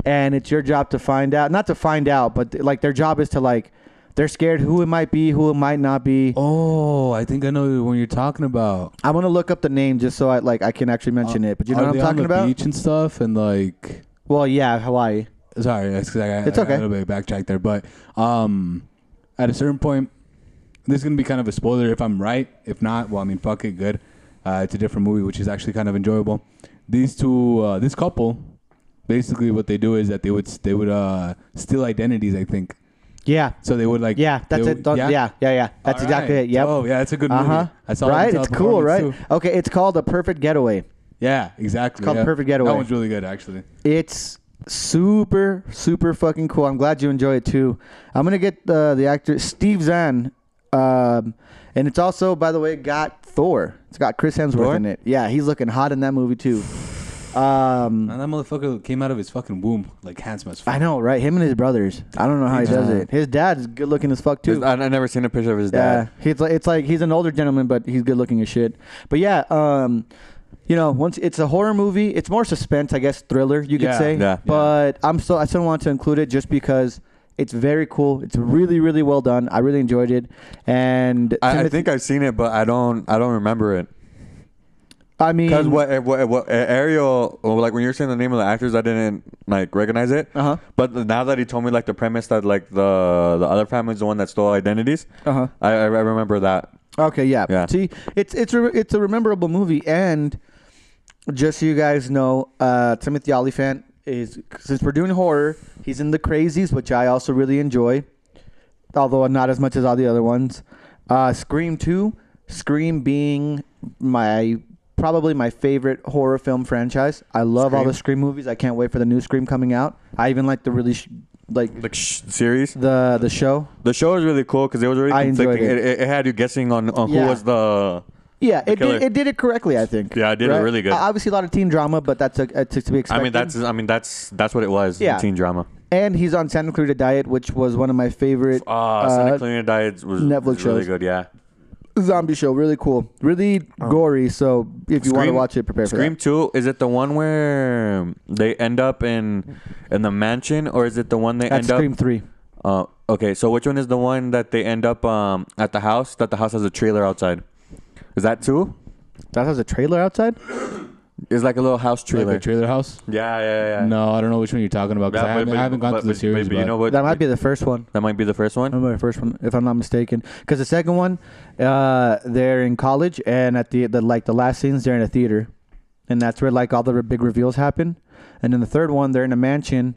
[SPEAKER 2] and it's your job to find out. Not to find out, but like their job is to like they're scared who it might be, who it might not be.
[SPEAKER 1] Oh, I think I know when you're talking about.
[SPEAKER 2] I want to look up the name just so I like I can actually mention it. But you know
[SPEAKER 1] Uh, Are
[SPEAKER 2] what I'm
[SPEAKER 1] they on
[SPEAKER 2] talking
[SPEAKER 1] the
[SPEAKER 2] about?
[SPEAKER 1] Beach and stuff, and like.
[SPEAKER 2] Well, yeah, Hawaii.
[SPEAKER 1] Sorry, that's 'cause I got,
[SPEAKER 2] It's
[SPEAKER 1] I got
[SPEAKER 2] okay.
[SPEAKER 1] a little bit backtracked there, but um, at a certain point, this is gonna be kind of a spoiler if I'm right. If not, well, I mean, fuck it, good. Uh, it's a different movie, which is actually kind of enjoyable. These two, uh, this couple, basically what they do is that they would they would uh, steal identities, I think.
[SPEAKER 2] Yeah,
[SPEAKER 1] So they would like
[SPEAKER 2] yeah, that's
[SPEAKER 1] they
[SPEAKER 2] it.
[SPEAKER 1] would-
[SPEAKER 2] Don't- Yeah, yeah, yeah. That's
[SPEAKER 1] All
[SPEAKER 2] exactly
[SPEAKER 1] right.
[SPEAKER 2] it. Yep.
[SPEAKER 1] Oh yeah, that's a good
[SPEAKER 2] uh
[SPEAKER 1] movie.
[SPEAKER 2] huh.
[SPEAKER 1] I saw it in
[SPEAKER 2] Right. It's cool, right?
[SPEAKER 1] Teleperformance, too.
[SPEAKER 2] Okay, it's called a perfect getaway.
[SPEAKER 1] Yeah, exactly.
[SPEAKER 2] It's called
[SPEAKER 1] yeah.
[SPEAKER 2] Perfect Getaway.
[SPEAKER 1] That one's really good, actually.
[SPEAKER 2] It's super, super fucking cool. I'm glad you enjoy it too. I'm gonna get uh, the the actor Steve Zahn, um, and it's also, by the way, got Thor. It's got Chris Hemsworth
[SPEAKER 3] Thor?
[SPEAKER 2] in it. Yeah, he's looking hot in that movie too. Um,
[SPEAKER 1] And that motherfucker came out of his fucking womb like handsome as fuck.
[SPEAKER 2] I know, right? Him and his brothers. I don't know how he does
[SPEAKER 3] Yeah.
[SPEAKER 2] it. His dad's good looking as fuck too.
[SPEAKER 3] I, I never seen a picture of his
[SPEAKER 2] Yeah,
[SPEAKER 3] dad.
[SPEAKER 2] he's like it's like he's an older gentleman, but he's good looking as shit. But yeah, um, you know, once it's a horror movie, it's more suspense, I guess, thriller, you could
[SPEAKER 1] Yeah.
[SPEAKER 2] say.
[SPEAKER 3] Yeah.
[SPEAKER 2] But I'm still, I still want to include it just because it's very cool. It's really, really well done. I really enjoyed it, and
[SPEAKER 3] I, I
[SPEAKER 2] Timoth-
[SPEAKER 3] think I've seen it, but I don't. I don't remember it.
[SPEAKER 2] I mean,
[SPEAKER 3] Because what, eh, what, what Ariel, well, like when you were saying the name of the actors, I didn't like recognize it.
[SPEAKER 2] Uh-huh.
[SPEAKER 3] But now that he told me like the premise that like the the other family's the one that stole identities,
[SPEAKER 2] Uh-huh.
[SPEAKER 3] I, I remember that.
[SPEAKER 2] Okay, yeah.
[SPEAKER 3] Yeah.
[SPEAKER 2] See, it's it's a, it's a rememberable movie, and just so you guys know, uh, Timothy Olyphant is since we're doing horror, he's in The Crazies, which I also really enjoy, although not as much as all the other ones. Uh, Scream Two, Scream being my probably my favorite horror film franchise. I love all
[SPEAKER 3] Scream.
[SPEAKER 2] the Scream movies. I can't wait for the new Scream coming out. I even like the really sh- like
[SPEAKER 3] The sh- series,
[SPEAKER 2] the the show.
[SPEAKER 3] the show was really cool because it was really
[SPEAKER 2] I enjoyed
[SPEAKER 3] conflicting.
[SPEAKER 2] it.
[SPEAKER 3] It. It, it had you guessing on, on
[SPEAKER 2] Yeah.
[SPEAKER 3] who was the.
[SPEAKER 2] Yeah,
[SPEAKER 3] The
[SPEAKER 2] it
[SPEAKER 3] killer.
[SPEAKER 2] did, it did it correctly, I think.
[SPEAKER 3] Yeah, it did it really good.
[SPEAKER 2] Uh, Obviously, a lot of teen drama, but that's a, uh, to, to be expected.
[SPEAKER 3] I mean that's I mean that's that's what it was.
[SPEAKER 2] Yeah.
[SPEAKER 3] Teen drama.
[SPEAKER 2] and he's on Santa Clarita Diet, which was one of my favorite
[SPEAKER 3] Uh, Santa Clarita Diet was,
[SPEAKER 2] Netflix
[SPEAKER 3] was really
[SPEAKER 2] shows.
[SPEAKER 3] good. Yeah.
[SPEAKER 2] zombie show. Really cool, really gory. So if you want to
[SPEAKER 3] Scream-
[SPEAKER 2] watch it, prepare
[SPEAKER 3] Scream
[SPEAKER 2] for
[SPEAKER 3] Two is it the one where they end up in in the mansion or is it the one they
[SPEAKER 2] that. That's
[SPEAKER 3] end
[SPEAKER 2] Scream
[SPEAKER 3] up?
[SPEAKER 2] Three.
[SPEAKER 3] Uh, okay, so which one is the one that they end up um at the house? That the house has a trailer outside. Is that two?
[SPEAKER 2] That has a trailer outside.
[SPEAKER 3] It's like a little house
[SPEAKER 1] Like
[SPEAKER 3] trailer.
[SPEAKER 1] the trailer house?
[SPEAKER 3] yeah, yeah, yeah.
[SPEAKER 1] No, I don't know which one you're talking about because
[SPEAKER 3] Yeah,
[SPEAKER 1] I,
[SPEAKER 3] but-
[SPEAKER 1] haven't,
[SPEAKER 3] but-
[SPEAKER 1] I haven't gone
[SPEAKER 3] but-
[SPEAKER 1] through the
[SPEAKER 3] but-
[SPEAKER 1] series.
[SPEAKER 3] But you know what?
[SPEAKER 2] That might be the first one.
[SPEAKER 3] That might be the first one.
[SPEAKER 2] Remember the first one, if I'm not mistaken, because the second one, uh, they're in college, and at the, the like the last scenes, they're in a theater, and that's where like all the big reveals happen. And then the third one, they're in a mansion,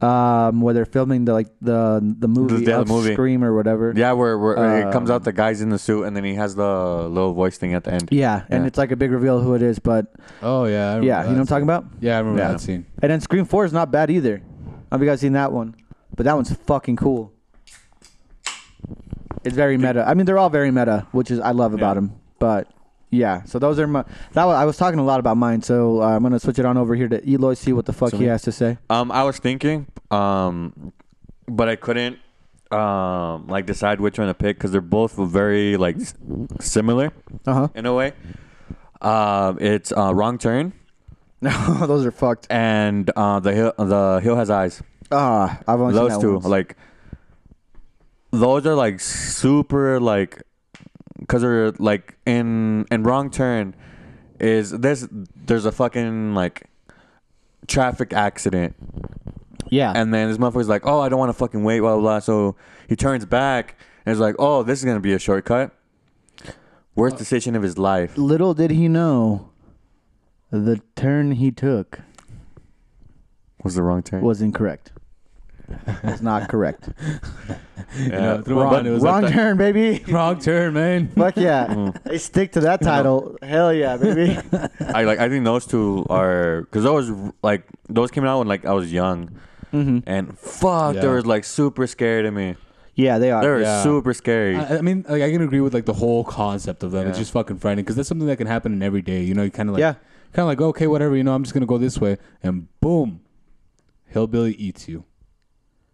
[SPEAKER 2] um, where they're filming the like the the movie,
[SPEAKER 3] the
[SPEAKER 2] of
[SPEAKER 3] movie.
[SPEAKER 2] Scream or whatever.
[SPEAKER 3] Yeah, where, where it comes
[SPEAKER 2] Um,
[SPEAKER 3] out the guys in the suit and then he has the little voice thing at the end.
[SPEAKER 2] yeah, and
[SPEAKER 3] Yeah.
[SPEAKER 2] it's like a big reveal who it is, but
[SPEAKER 1] Oh, yeah. I remember
[SPEAKER 2] yeah, you know what I'm
[SPEAKER 1] that
[SPEAKER 2] talking about.
[SPEAKER 1] scene. Yeah, I remember
[SPEAKER 3] Yeah.
[SPEAKER 1] that scene.
[SPEAKER 2] And then Scream Four is not bad either. I don't know if you guys seen that one, but that one's fucking cool. It's very meta. I mean, they're all very meta, which is I love about
[SPEAKER 3] Yeah.
[SPEAKER 2] them. But yeah, so those are my. That was, I was talking a lot about mine, so uh, I'm gonna switch it on over here to Eloy. See what the fuck
[SPEAKER 3] So
[SPEAKER 2] he
[SPEAKER 3] me?
[SPEAKER 2] has to say.
[SPEAKER 3] Um, I was thinking, um, but I couldn't, um, like decide which one to pick because they're both very like s- similar
[SPEAKER 2] Uh
[SPEAKER 3] in a way. Um, it's uh, Wrong Turn
[SPEAKER 2] huh. those are fucked.
[SPEAKER 3] and uh, the hill, the hill has eyes.
[SPEAKER 2] Ah, I've only seen
[SPEAKER 3] Those
[SPEAKER 2] that
[SPEAKER 3] two,
[SPEAKER 2] once.
[SPEAKER 3] like, those are like super like, cause they're like in in Wrong Turn, is there's there's a fucking like traffic accident
[SPEAKER 2] yeah.
[SPEAKER 3] and then this motherfucker's like, oh, I don't want to fucking wait, blah, blah, blah. So he turns back and is like, oh, this is going to be a shortcut.
[SPEAKER 1] Uh,
[SPEAKER 3] Worst decision of his life.
[SPEAKER 2] Little did he know, the turn he took
[SPEAKER 3] Was the wrong turn.
[SPEAKER 2] was incorrect. It's not correct.
[SPEAKER 1] You
[SPEAKER 3] Yeah.
[SPEAKER 1] know, through my
[SPEAKER 3] But-
[SPEAKER 1] mind, it was
[SPEAKER 2] Wrong
[SPEAKER 1] like that-
[SPEAKER 2] turn, baby.
[SPEAKER 1] wrong turn, man.
[SPEAKER 2] Fuck yeah. they stick to that title. Hell yeah, baby.
[SPEAKER 3] I like. I think those two are because those like those came out when like I was young, and fuck, they
[SPEAKER 1] Mm-hmm. Yeah.
[SPEAKER 3] were like super scary to me.
[SPEAKER 2] yeah, they
[SPEAKER 3] They
[SPEAKER 2] are.
[SPEAKER 3] were
[SPEAKER 1] Yeah.
[SPEAKER 3] super scary.
[SPEAKER 1] I, I mean, like I can agree with like the whole concept of them. It's
[SPEAKER 3] Yeah.
[SPEAKER 1] just fucking frightening because that's something that can happen in every day. You know, you kind of like,
[SPEAKER 2] Yeah.
[SPEAKER 1] kind of like, okay, whatever. You know, I'm just gonna go this way, and boom, hillbilly eats you.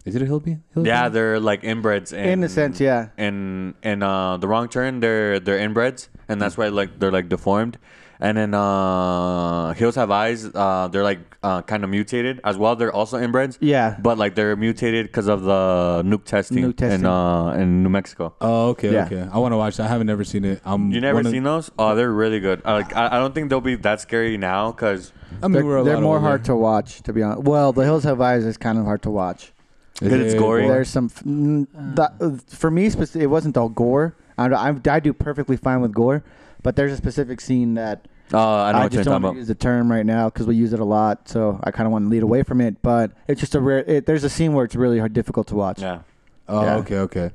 [SPEAKER 1] Is it a hillbilly? hillbilly?
[SPEAKER 3] yeah, they're like inbreds. And,
[SPEAKER 2] In a sense, yeah.
[SPEAKER 3] And and uh, the wrong turn, they're they're inbreds, and that's why like they're like deformed. And then uh, hills have eyes. Uh, they're like uh, kind of mutated as well. They're also inbreds.
[SPEAKER 2] Yeah.
[SPEAKER 3] But like they're mutated because of the nuke testing,
[SPEAKER 2] Nuke testing.
[SPEAKER 3] in uh, in New Mexico.
[SPEAKER 1] Oh, okay,
[SPEAKER 2] Yeah.
[SPEAKER 1] okay. I want to watch that. I haven't never seen it. I'm
[SPEAKER 3] You never
[SPEAKER 1] wanna-
[SPEAKER 3] seen those? Oh, they're really good. Uh, Like I, I don't think they'll be that scary now because
[SPEAKER 1] I mean,
[SPEAKER 2] They're,
[SPEAKER 1] we're a
[SPEAKER 2] they're
[SPEAKER 1] lot
[SPEAKER 2] more
[SPEAKER 1] older.
[SPEAKER 2] hard to watch, to be honest. Well, The Hills Have Eyes is kind of hard to watch.
[SPEAKER 1] Is
[SPEAKER 3] 'Cause it's
[SPEAKER 1] it
[SPEAKER 3] gory.
[SPEAKER 1] gore?
[SPEAKER 2] There's some. f- n- that- uh, for me, spec- it wasn't all gore. I, I, I do perfectly fine with gore, but there's a specific scene that
[SPEAKER 3] uh, I know what you're
[SPEAKER 2] just don't
[SPEAKER 3] talking
[SPEAKER 2] want
[SPEAKER 3] about.
[SPEAKER 2] to use the term right now because we use it a lot. So I kind of want to lead away from it. But it's just a rare. It, there's a scene where it's really hard, difficult to watch.
[SPEAKER 3] yeah.
[SPEAKER 1] Oh,
[SPEAKER 2] Yeah.
[SPEAKER 1] okay, okay.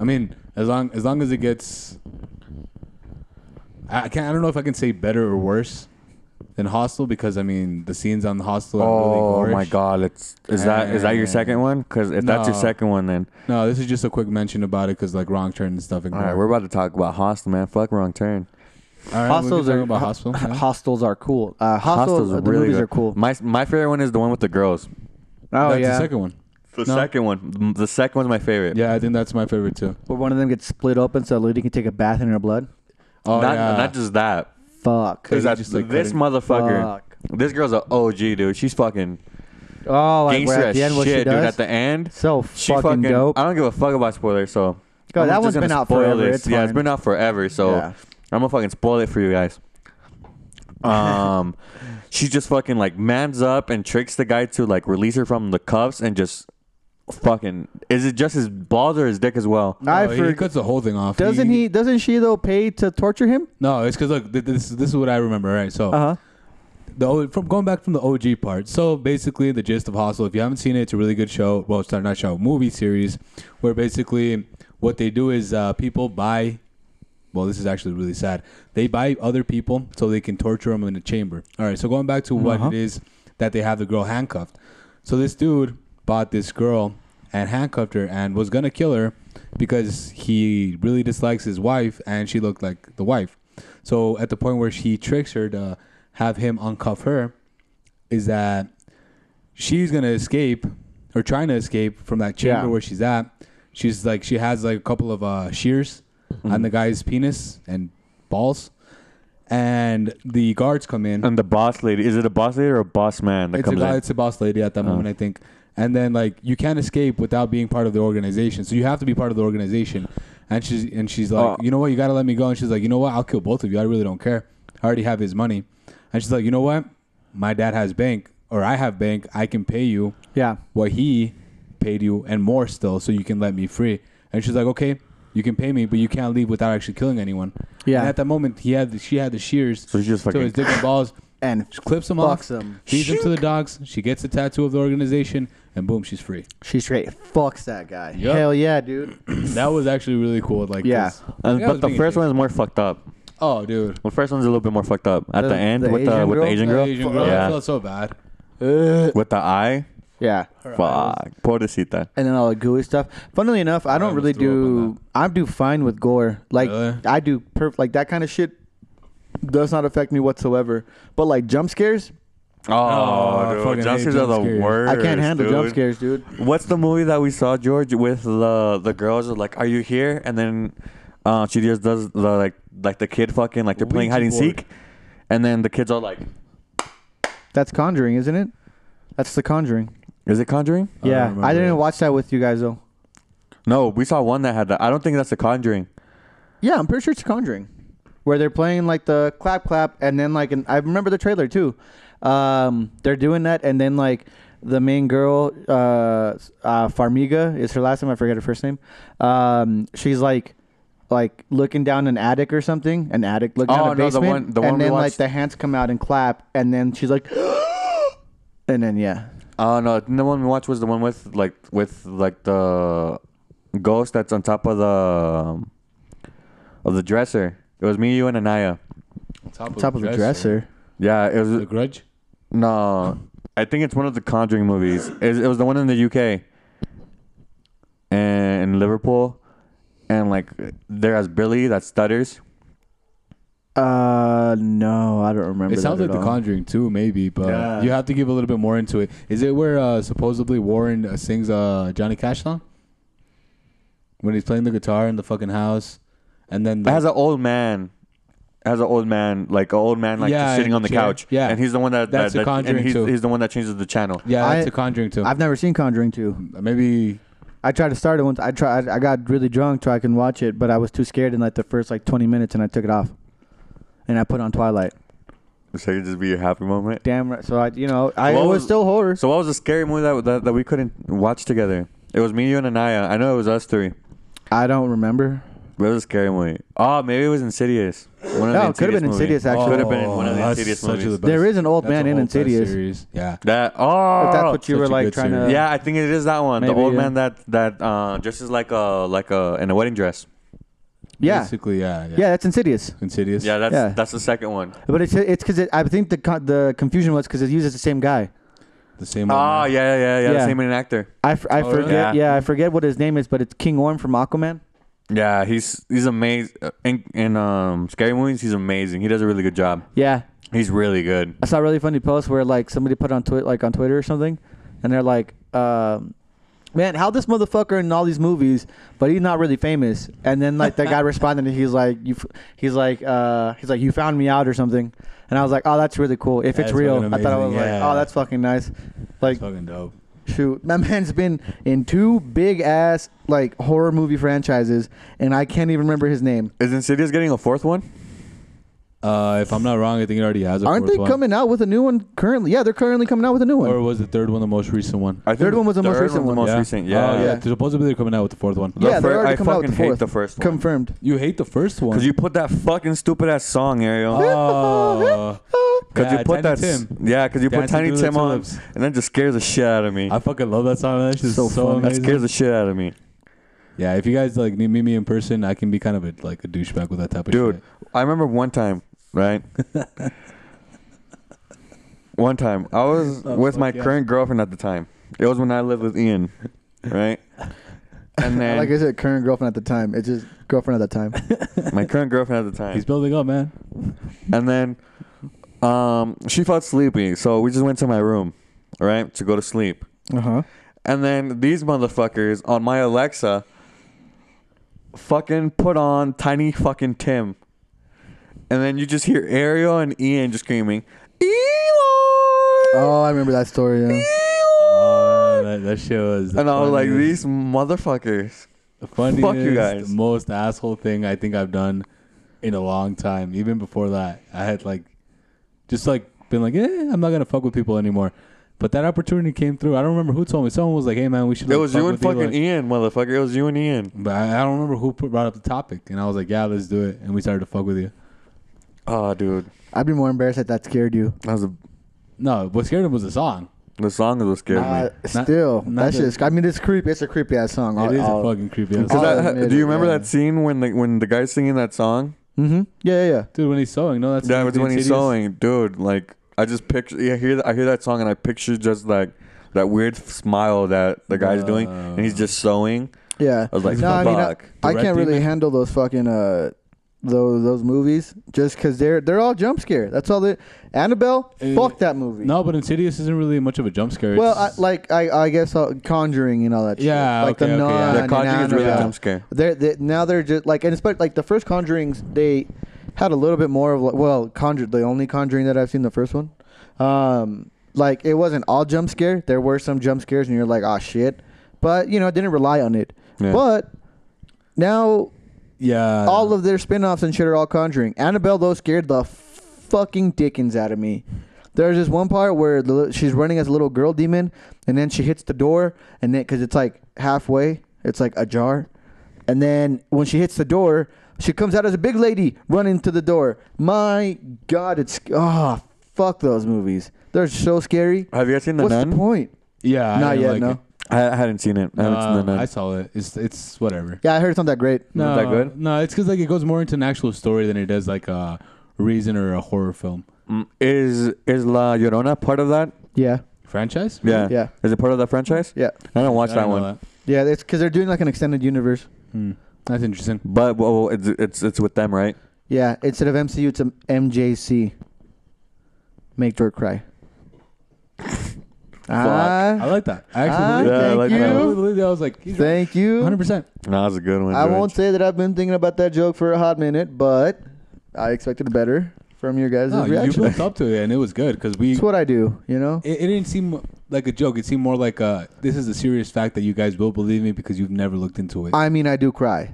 [SPEAKER 1] I mean, as long as long as it gets, I I can't. I don't know if I can say better or worse than Hostel because I mean the scenes on Hostel are
[SPEAKER 3] Oh
[SPEAKER 1] really
[SPEAKER 3] my
[SPEAKER 1] gorish.
[SPEAKER 3] God! It's is that is that your second one? Because if that's your
[SPEAKER 1] No.
[SPEAKER 3] second one, then
[SPEAKER 1] No, this is just a quick mention about it because like wrong turn and stuff. And
[SPEAKER 3] All right, we're about to talk about Hostel, man. Fuck Wrong Turn.
[SPEAKER 2] Hostels are
[SPEAKER 1] about
[SPEAKER 2] ho-
[SPEAKER 1] hostel. yeah.
[SPEAKER 2] Hostels are cool. Uh, hostels, the movies
[SPEAKER 3] good.
[SPEAKER 2] are cool.
[SPEAKER 3] My my favorite one is the one with the girls.
[SPEAKER 2] oh
[SPEAKER 1] that's
[SPEAKER 2] yeah.
[SPEAKER 1] the second one.
[SPEAKER 3] The
[SPEAKER 1] No.
[SPEAKER 3] second one. M- The second one's my favorite.
[SPEAKER 1] Yeah, I think that's my favorite too.
[SPEAKER 2] Where one of them gets split open so the lady can take a bath in her blood.
[SPEAKER 1] Oh
[SPEAKER 3] not,
[SPEAKER 1] yeah,
[SPEAKER 3] not just that.
[SPEAKER 2] Fuck.
[SPEAKER 1] Is
[SPEAKER 3] Is
[SPEAKER 1] he
[SPEAKER 3] that
[SPEAKER 1] just, like,
[SPEAKER 3] this
[SPEAKER 1] cutting-
[SPEAKER 3] motherfucker.
[SPEAKER 2] Fuck.
[SPEAKER 3] This girl's a OG, dude. She's fucking
[SPEAKER 2] Oh, like where
[SPEAKER 3] gangster
[SPEAKER 2] at the
[SPEAKER 3] as
[SPEAKER 2] end, what
[SPEAKER 3] shit,
[SPEAKER 2] she
[SPEAKER 3] dude.
[SPEAKER 2] does.
[SPEAKER 3] At the end,
[SPEAKER 2] so
[SPEAKER 3] she
[SPEAKER 2] fucking, dope.
[SPEAKER 3] I don't give a fuck about spoilers, so
[SPEAKER 2] Go,
[SPEAKER 3] I'm
[SPEAKER 2] that
[SPEAKER 3] just
[SPEAKER 2] one's
[SPEAKER 3] gonna
[SPEAKER 2] been out
[SPEAKER 3] spoil
[SPEAKER 2] forever,
[SPEAKER 3] this.
[SPEAKER 2] it's
[SPEAKER 3] yeah, it's
[SPEAKER 2] fine.
[SPEAKER 3] been out forever, so
[SPEAKER 2] Yeah.
[SPEAKER 3] I'm gonna fucking spoil it for you guys. Um, she just fucking like mans up and tricks the guy to like release her from the cuffs and just fucking is it just his balls or his dick as well?
[SPEAKER 2] I
[SPEAKER 1] No, Oh, he
[SPEAKER 2] forg-
[SPEAKER 1] cuts the whole thing off.
[SPEAKER 2] Doesn't he? Doesn't she though pay to torture him?
[SPEAKER 1] No, it's because look, th- this this is what I remember. Right, so
[SPEAKER 2] Uh huh.
[SPEAKER 1] the O- from going back from the OG part. So basically, the gist of Hostel. If you haven't seen it, it's a really good show. Well, it's not not show, movie series, where basically what they do is uh, people buy. Well, this is actually really sad. They buy other people so they can torture them in a chamber. All right. So going back to what
[SPEAKER 2] Uh-huh.
[SPEAKER 1] it is that they have the girl handcuffed. So this dude bought this girl and handcuffed her and was gonna kill her because he really dislikes his wife and she looked like the wife. So at the point where she tricks her to have him uncuff her, is that she's gonna escape or trying to escape from that chamber
[SPEAKER 2] Yeah.
[SPEAKER 1] where she's at. She's like she has like a couple of uh, shears on the guy's penis and balls, and the guards come in.
[SPEAKER 3] And the boss lady is it a boss lady or a boss man that
[SPEAKER 1] it's a
[SPEAKER 3] comes
[SPEAKER 1] guy,
[SPEAKER 3] in? Uh.
[SPEAKER 1] it's a boss lady at that moment, I think. And then like you can't escape without being part of the organization, so you have to be part of the organization. And she's and she's like,
[SPEAKER 3] Oh.
[SPEAKER 1] you know what, you gotta let me go. And she's like, you know what, I'll kill both of you. I really don't care. I already have his money. And she's like, you know what, my dad has bank or I have bank. I can pay you
[SPEAKER 2] Yeah.
[SPEAKER 1] what he paid you and more still, so you can let me free. And she's like, okay, you can pay me, but you can't leave without actually killing anyone.
[SPEAKER 2] Yeah.
[SPEAKER 1] And at that moment, he had she had the shears,
[SPEAKER 3] So she just
[SPEAKER 1] so
[SPEAKER 3] fucking
[SPEAKER 1] his dick and balls.
[SPEAKER 2] And
[SPEAKER 1] She clips them off,
[SPEAKER 2] fucks him.
[SPEAKER 1] feeds them to the dogs. She gets a tattoo of the organization, and boom, she's free.
[SPEAKER 2] She straight fucks that guy.
[SPEAKER 1] Yup.
[SPEAKER 2] Hell yeah, dude.
[SPEAKER 1] That was actually really cool. Like,
[SPEAKER 2] Yeah.
[SPEAKER 1] this-
[SPEAKER 3] And-
[SPEAKER 1] guy was
[SPEAKER 3] but the
[SPEAKER 1] being
[SPEAKER 3] first
[SPEAKER 1] a
[SPEAKER 3] one is more fucked up.
[SPEAKER 1] dick. Oh, dude.
[SPEAKER 3] The first one's a little bit more fucked up at
[SPEAKER 2] The-
[SPEAKER 3] the, end
[SPEAKER 2] the
[SPEAKER 3] with the
[SPEAKER 2] Asian
[SPEAKER 3] with
[SPEAKER 2] girl?
[SPEAKER 3] the Asian
[SPEAKER 1] That
[SPEAKER 3] girl,
[SPEAKER 1] Asian girl, I
[SPEAKER 3] yeah,
[SPEAKER 1] felt so bad.
[SPEAKER 3] with the eye.
[SPEAKER 2] Yeah.
[SPEAKER 3] Fuck, pobrecita.
[SPEAKER 2] and then all the gooey stuff. Funnily enough, I don't
[SPEAKER 1] almost
[SPEAKER 2] really
[SPEAKER 1] threw up
[SPEAKER 2] do. I do fine with gore. Like
[SPEAKER 1] Really?
[SPEAKER 2] I do perf like that kind of shit does not affect me whatsoever. But like jump scares,
[SPEAKER 1] I
[SPEAKER 3] Oh,
[SPEAKER 1] fucking
[SPEAKER 3] dude, jump
[SPEAKER 1] hate
[SPEAKER 3] scares are
[SPEAKER 1] jump
[SPEAKER 3] the
[SPEAKER 1] scares.
[SPEAKER 3] worst.
[SPEAKER 2] I can't handle jump
[SPEAKER 3] dude.
[SPEAKER 2] scares, dude.
[SPEAKER 3] What's the movie that we saw, George, with the the girls? Are like, are you here? And then uh, she just does the like like the kid fucking like they're playing hide
[SPEAKER 1] Ouija
[SPEAKER 3] and
[SPEAKER 1] board.
[SPEAKER 3] seek, and then the kids are like,
[SPEAKER 2] That's Conjuring, isn't it? That's the Conjuring.
[SPEAKER 3] is it Conjuring?
[SPEAKER 1] I don't
[SPEAKER 2] yeah, I
[SPEAKER 1] remember it.
[SPEAKER 2] didn't watch that with you guys though.
[SPEAKER 3] No, we saw one that had that. I don't think that's the Conjuring.
[SPEAKER 2] Yeah, I'm pretty sure it's Conjuring, where they're playing like the clap clap, and then like, and I remember the trailer too. Um, they're doing that, and then like the main girl, uh, uh, Farmiga is her last name. I forget her first name. Um, she's like, like looking down an attic or something, an attic looking down
[SPEAKER 3] Oh,
[SPEAKER 2] a
[SPEAKER 3] no, the
[SPEAKER 2] basement,
[SPEAKER 3] one- the one
[SPEAKER 2] and
[SPEAKER 3] we
[SPEAKER 2] then like
[SPEAKER 3] watched.
[SPEAKER 2] the hands come out and clap, and then she's like, and then yeah,
[SPEAKER 3] Oh no, the one we watched was the one with like with like the ghost that's on top of the um, of the dresser. It was me, you, and Anaya.
[SPEAKER 1] Top of,
[SPEAKER 2] top of the dresser.
[SPEAKER 3] Yeah, it was
[SPEAKER 1] The Grudge.
[SPEAKER 3] No, I think it's one of the Conjuring movies. It, it was the one in the UK and in Liverpool, and like there has Billy that stutters.
[SPEAKER 2] Uh, no, I don't remember.
[SPEAKER 1] It sounds
[SPEAKER 2] that
[SPEAKER 1] like The
[SPEAKER 2] at all.
[SPEAKER 1] Conjuring too, maybe, but
[SPEAKER 2] Yeah.
[SPEAKER 1] you have to give a little bit more into it. Is it where uh, supposedly Warren uh, sings uh, Johnny Cash song when he's playing the guitar in the fucking house, and then
[SPEAKER 3] It
[SPEAKER 1] the,
[SPEAKER 3] has an old man. It has an old man, like an old man, like
[SPEAKER 1] Yeah,
[SPEAKER 3] just sitting
[SPEAKER 1] in
[SPEAKER 3] on the
[SPEAKER 1] chair.
[SPEAKER 3] couch.
[SPEAKER 1] Yeah.
[SPEAKER 3] and he's the one that
[SPEAKER 1] That's The
[SPEAKER 3] that, that
[SPEAKER 1] Conjuring
[SPEAKER 3] and he's,
[SPEAKER 1] too.
[SPEAKER 3] he's the one that changes the channel.
[SPEAKER 1] yeah,
[SPEAKER 2] I-
[SPEAKER 1] that's a Conjuring too.
[SPEAKER 2] I've never seen Conjuring two.
[SPEAKER 1] Maybe
[SPEAKER 2] I tried to start it once. I tried. I got really drunk so I can watch it, but I was too scared in like the first like 20 minutes, and I took it off, and I put on Twilight.
[SPEAKER 3] So it could just be your happy moment.
[SPEAKER 2] Damn right. So I, you know, I
[SPEAKER 3] What
[SPEAKER 2] it was,
[SPEAKER 3] was-
[SPEAKER 2] still horror.
[SPEAKER 3] So what was the scary movie that, that that we couldn't watch together? It was me, you, and Anaya. I know it was us three.
[SPEAKER 2] I don't remember.
[SPEAKER 3] But it was a scary movie. Oh, maybe it was Insidious. One of
[SPEAKER 2] No,
[SPEAKER 3] the
[SPEAKER 2] it could've been
[SPEAKER 3] movies.
[SPEAKER 2] Insidious, actually.
[SPEAKER 3] Could have been in one of the
[SPEAKER 1] Oh, that's
[SPEAKER 3] Insidious
[SPEAKER 1] such
[SPEAKER 3] movies.
[SPEAKER 1] a-
[SPEAKER 2] There is an old
[SPEAKER 1] that's
[SPEAKER 2] man
[SPEAKER 1] a
[SPEAKER 2] in
[SPEAKER 1] whole
[SPEAKER 2] Insidious.
[SPEAKER 1] series. Yeah,
[SPEAKER 3] That oh,
[SPEAKER 2] if that's what you
[SPEAKER 1] Such
[SPEAKER 2] were
[SPEAKER 1] a
[SPEAKER 2] like
[SPEAKER 1] good
[SPEAKER 2] trying to.
[SPEAKER 1] series.
[SPEAKER 3] yeah, I think it is that one.
[SPEAKER 2] Maybe,
[SPEAKER 3] the old
[SPEAKER 2] yeah.
[SPEAKER 3] man that that uh, dresses like a like a in a wedding dress.
[SPEAKER 2] Yeah.
[SPEAKER 1] basically, yeah, yeah.
[SPEAKER 2] Yeah, that's Insidious.
[SPEAKER 1] Insidious.
[SPEAKER 3] Yeah, that's
[SPEAKER 2] Yeah.
[SPEAKER 3] that's the second one.
[SPEAKER 2] But it's it's because it, I think the con- the confusion was because it uses the same guy.
[SPEAKER 1] the same. old
[SPEAKER 3] Oh yeah,
[SPEAKER 1] man.
[SPEAKER 3] yeah, yeah, yeah.
[SPEAKER 2] Yeah.
[SPEAKER 3] The same an actor.
[SPEAKER 2] I, f- I
[SPEAKER 1] Oh, really?
[SPEAKER 2] forget.
[SPEAKER 3] Yeah.
[SPEAKER 2] Yeah, I forget what his name is, but it's King Orm from Aquaman.
[SPEAKER 3] Yeah, he's he's amazing Uh, in, in um scary movies. He's amazing. He does a really good job.
[SPEAKER 2] Yeah,
[SPEAKER 3] He's really good.
[SPEAKER 2] I saw a really funny post where like somebody put on Twitter, like on Twitter or something, and they're like, um, man, how this motherfucker in all these movies, but he's not really famous. And then like that guy responded, and he's like, you, f- he's like, uh, he's like, you found me out or something. And I was like, oh, that's really cool. If
[SPEAKER 1] That's
[SPEAKER 2] it's real,
[SPEAKER 1] fucking
[SPEAKER 2] I thought I was
[SPEAKER 1] amazing, yeah.
[SPEAKER 2] like, oh, that's fucking nice. Like,
[SPEAKER 1] fucking dope.
[SPEAKER 2] shoot, that man's been in two big ass like horror movie franchises, and I can't even remember his name.
[SPEAKER 3] Is Insidious getting a fourth one?
[SPEAKER 1] Uh, if I'm not wrong, I think it already has. A
[SPEAKER 2] Aren't
[SPEAKER 1] fourth
[SPEAKER 2] they
[SPEAKER 1] one.
[SPEAKER 2] coming out with a new one currently? Yeah, they're currently coming out with a new
[SPEAKER 1] Or
[SPEAKER 2] one.
[SPEAKER 1] was the third one the most recent one?
[SPEAKER 3] I think
[SPEAKER 2] Third one was the most
[SPEAKER 3] third
[SPEAKER 2] recent
[SPEAKER 3] one's
[SPEAKER 2] one.
[SPEAKER 3] The most
[SPEAKER 1] yeah.
[SPEAKER 3] recent, yeah.
[SPEAKER 1] Oh, yeah.
[SPEAKER 2] Yeah.
[SPEAKER 1] Supposedly they're coming out with the fourth one.
[SPEAKER 3] The
[SPEAKER 2] Yeah, they're
[SPEAKER 3] fir-
[SPEAKER 2] already
[SPEAKER 3] I
[SPEAKER 2] coming out with the
[SPEAKER 3] fucking hate
[SPEAKER 2] fourth.
[SPEAKER 3] the first one.
[SPEAKER 2] Confirmed.
[SPEAKER 1] You hate the first one
[SPEAKER 3] Cause you put that fucking stupid ass song, Ariel.
[SPEAKER 1] Oh,
[SPEAKER 3] Cause
[SPEAKER 1] yeah,
[SPEAKER 3] you
[SPEAKER 1] Tiny
[SPEAKER 3] put that, s-
[SPEAKER 1] Tim.
[SPEAKER 3] yeah. Cause you put
[SPEAKER 1] Dancing
[SPEAKER 3] Tiny
[SPEAKER 1] through the
[SPEAKER 3] Tim on,
[SPEAKER 1] tulips.
[SPEAKER 3] and that just scares the shit out of me.
[SPEAKER 1] I fucking love that song. That shit's so,
[SPEAKER 2] So funny.
[SPEAKER 3] That
[SPEAKER 1] amazing.
[SPEAKER 3] scares the shit out of me,
[SPEAKER 1] Yeah, if you guys like meet me in person, I can be kind of a, like a douchebag with that type of
[SPEAKER 3] dude.
[SPEAKER 1] shit.
[SPEAKER 3] I remember one time, right? one time, I was
[SPEAKER 1] Oh,
[SPEAKER 3] with
[SPEAKER 1] fuck
[SPEAKER 3] my
[SPEAKER 1] yeah.
[SPEAKER 3] current girlfriend at the time. It was when I lived with Ian, right? And then
[SPEAKER 2] Like I said, current girlfriend at the time. It's just girlfriend at the time.
[SPEAKER 3] my current girlfriend at the time.
[SPEAKER 1] He's building up, man.
[SPEAKER 3] and then um, she felt sleepy, so we just went to my room, right, to go to sleep.
[SPEAKER 2] Uh
[SPEAKER 1] Uh-huh.
[SPEAKER 2] huh.
[SPEAKER 3] And then these motherfuckers on my Alexa fucking put on Tiny fucking Tim. And then you just hear Ariel and Ian just screaming, Eloy!
[SPEAKER 2] Oh, I remember that story. Yeah.
[SPEAKER 1] Oh, that, that shit was. the
[SPEAKER 3] and I was like,
[SPEAKER 1] funniest-
[SPEAKER 3] these motherfuckers.
[SPEAKER 1] The funniest,
[SPEAKER 3] Fuck you guys.
[SPEAKER 1] most asshole thing I think I've done in a long time. Even before that, I had like, just like been like, eh, I'm not gonna fuck with people anymore. But that opportunity came through. I don't remember who told me. Someone was like, hey man, we should.
[SPEAKER 3] It
[SPEAKER 1] like,
[SPEAKER 3] was
[SPEAKER 1] fuck
[SPEAKER 3] you and
[SPEAKER 1] with Eloy.
[SPEAKER 3] fucking Ian, motherfucker. It was you and Ian.
[SPEAKER 1] But I, I don't remember who put, brought up the topic, and I was like, yeah, let's do it, and we started to fuck with you. Ah,
[SPEAKER 3] Oh, dude.
[SPEAKER 2] I'd be more embarrassed that that scared you.
[SPEAKER 3] That was a,
[SPEAKER 1] No, what scared him was the song.
[SPEAKER 3] the song that scared
[SPEAKER 2] Uh,
[SPEAKER 3] me.
[SPEAKER 1] Not-
[SPEAKER 2] still,
[SPEAKER 1] not
[SPEAKER 2] that
[SPEAKER 1] the-
[SPEAKER 2] shit's. I mean, it's creepy. It's a creepy ass song.
[SPEAKER 1] it is a fucking creepy. ass
[SPEAKER 2] I'll
[SPEAKER 3] Cause
[SPEAKER 1] song.
[SPEAKER 3] that-
[SPEAKER 2] admit
[SPEAKER 3] do you
[SPEAKER 2] it,
[SPEAKER 3] remember
[SPEAKER 2] yeah.
[SPEAKER 3] that scene when the, when the guy's singing that song?
[SPEAKER 2] Mm-hmm. Yeah, yeah, yeah.
[SPEAKER 1] Dude, when he's sewing, no, that's
[SPEAKER 3] That was
[SPEAKER 1] the
[SPEAKER 3] when he's
[SPEAKER 1] Insidious-
[SPEAKER 3] sewing, dude. Like I just picture, yeah, I hear, I hear that song and I picture just like that weird smile that the guy's doing, and he's just sewing.
[SPEAKER 2] Yeah.
[SPEAKER 3] I was like,
[SPEAKER 2] No, I mean, I-
[SPEAKER 3] fuck.
[SPEAKER 2] I can't
[SPEAKER 1] Directing
[SPEAKER 2] really
[SPEAKER 1] it?
[SPEAKER 2] handle those fucking uh, those those movies just because they're they're all jump scare. That's all. They Annabelle,
[SPEAKER 1] Uh,
[SPEAKER 2] fuck that movie.
[SPEAKER 1] No, but Insidious isn't really much of a jump scare.
[SPEAKER 2] Well, I,
[SPEAKER 1] It's-
[SPEAKER 2] like I, I guess uh, Conjuring and all that.
[SPEAKER 1] Yeah,
[SPEAKER 2] shit. like
[SPEAKER 1] okay,
[SPEAKER 2] the
[SPEAKER 1] okay, yeah. The
[SPEAKER 2] Nun
[SPEAKER 3] That
[SPEAKER 2] and
[SPEAKER 3] Conjuring is really
[SPEAKER 2] Annabelle.
[SPEAKER 3] a jump scare.
[SPEAKER 2] They're, they now they're just like and especially like the first Conjuring's they had a little bit more of like well Conjured the only Conjuring that I've seen the first one, um like it wasn't all jump scare there were some jump scares and you're like oh shit but you know it didn't rely on it
[SPEAKER 3] Yeah.
[SPEAKER 2] but now
[SPEAKER 1] yeah,
[SPEAKER 2] all of their spin-offs and shit are all Conjuring Annabelle though scared the fucking dickens out of me. There's this one part where the, li- she's running as a little girl demon, and then she hits the door, and then because it's like halfway, it's like ajar, and then when she hits the door, she comes out as a big lady running to the door. My God, it's ah fuck those movies. They're so scary.
[SPEAKER 3] Have you guys seen the
[SPEAKER 2] What's
[SPEAKER 3] Nun?
[SPEAKER 2] the point?
[SPEAKER 1] yeah, I
[SPEAKER 2] Not
[SPEAKER 1] didn't
[SPEAKER 2] yet,
[SPEAKER 1] like
[SPEAKER 2] no.
[SPEAKER 1] it.
[SPEAKER 3] I, I hadn't seen it. I haven't seen the
[SPEAKER 1] No,
[SPEAKER 3] Nun.
[SPEAKER 1] Uh, I saw it. It's it's whatever.
[SPEAKER 2] Yeah, I heard it's not that great.
[SPEAKER 1] No,
[SPEAKER 3] Not that good?
[SPEAKER 1] No, it's because like it goes more into an actual story than it does like a reason or a horror film
[SPEAKER 3] Mm, is is La Llorona part of that?
[SPEAKER 2] Yeah,
[SPEAKER 1] franchise.
[SPEAKER 3] Yeah.
[SPEAKER 2] Yeah.
[SPEAKER 3] Is it part of that franchise?
[SPEAKER 2] yeah,
[SPEAKER 3] I don't watch
[SPEAKER 1] I
[SPEAKER 3] that
[SPEAKER 1] didn't know
[SPEAKER 3] one.
[SPEAKER 2] yeah. It's because they're doing like an extended universe.
[SPEAKER 1] Hmm. That's interesting.
[SPEAKER 3] But well, it's it's it's with them, right?
[SPEAKER 2] Yeah, instead of MCU, it's a MJC. Make Dirt cry.
[SPEAKER 1] I
[SPEAKER 2] ah,
[SPEAKER 1] like that. I actually
[SPEAKER 2] Ah,
[SPEAKER 1] believe
[SPEAKER 3] Yeah, I
[SPEAKER 1] that.
[SPEAKER 3] like that
[SPEAKER 1] I
[SPEAKER 3] one.
[SPEAKER 1] really believe that. I was like,
[SPEAKER 2] thank you.
[SPEAKER 1] 100. percent
[SPEAKER 3] No, that was a good one.
[SPEAKER 2] I
[SPEAKER 3] George.
[SPEAKER 2] won't say that I've been thinking about that joke for a hot minute, but I expected better from your guys'
[SPEAKER 1] No, you
[SPEAKER 2] reaction.
[SPEAKER 1] built up to it, and it was good because we
[SPEAKER 2] It's what I do, you know.
[SPEAKER 1] It, it didn't seem like a joke. It seemed more like a this is a serious fact that you guys will believe me because you've never looked into it.
[SPEAKER 2] I mean, I do cry.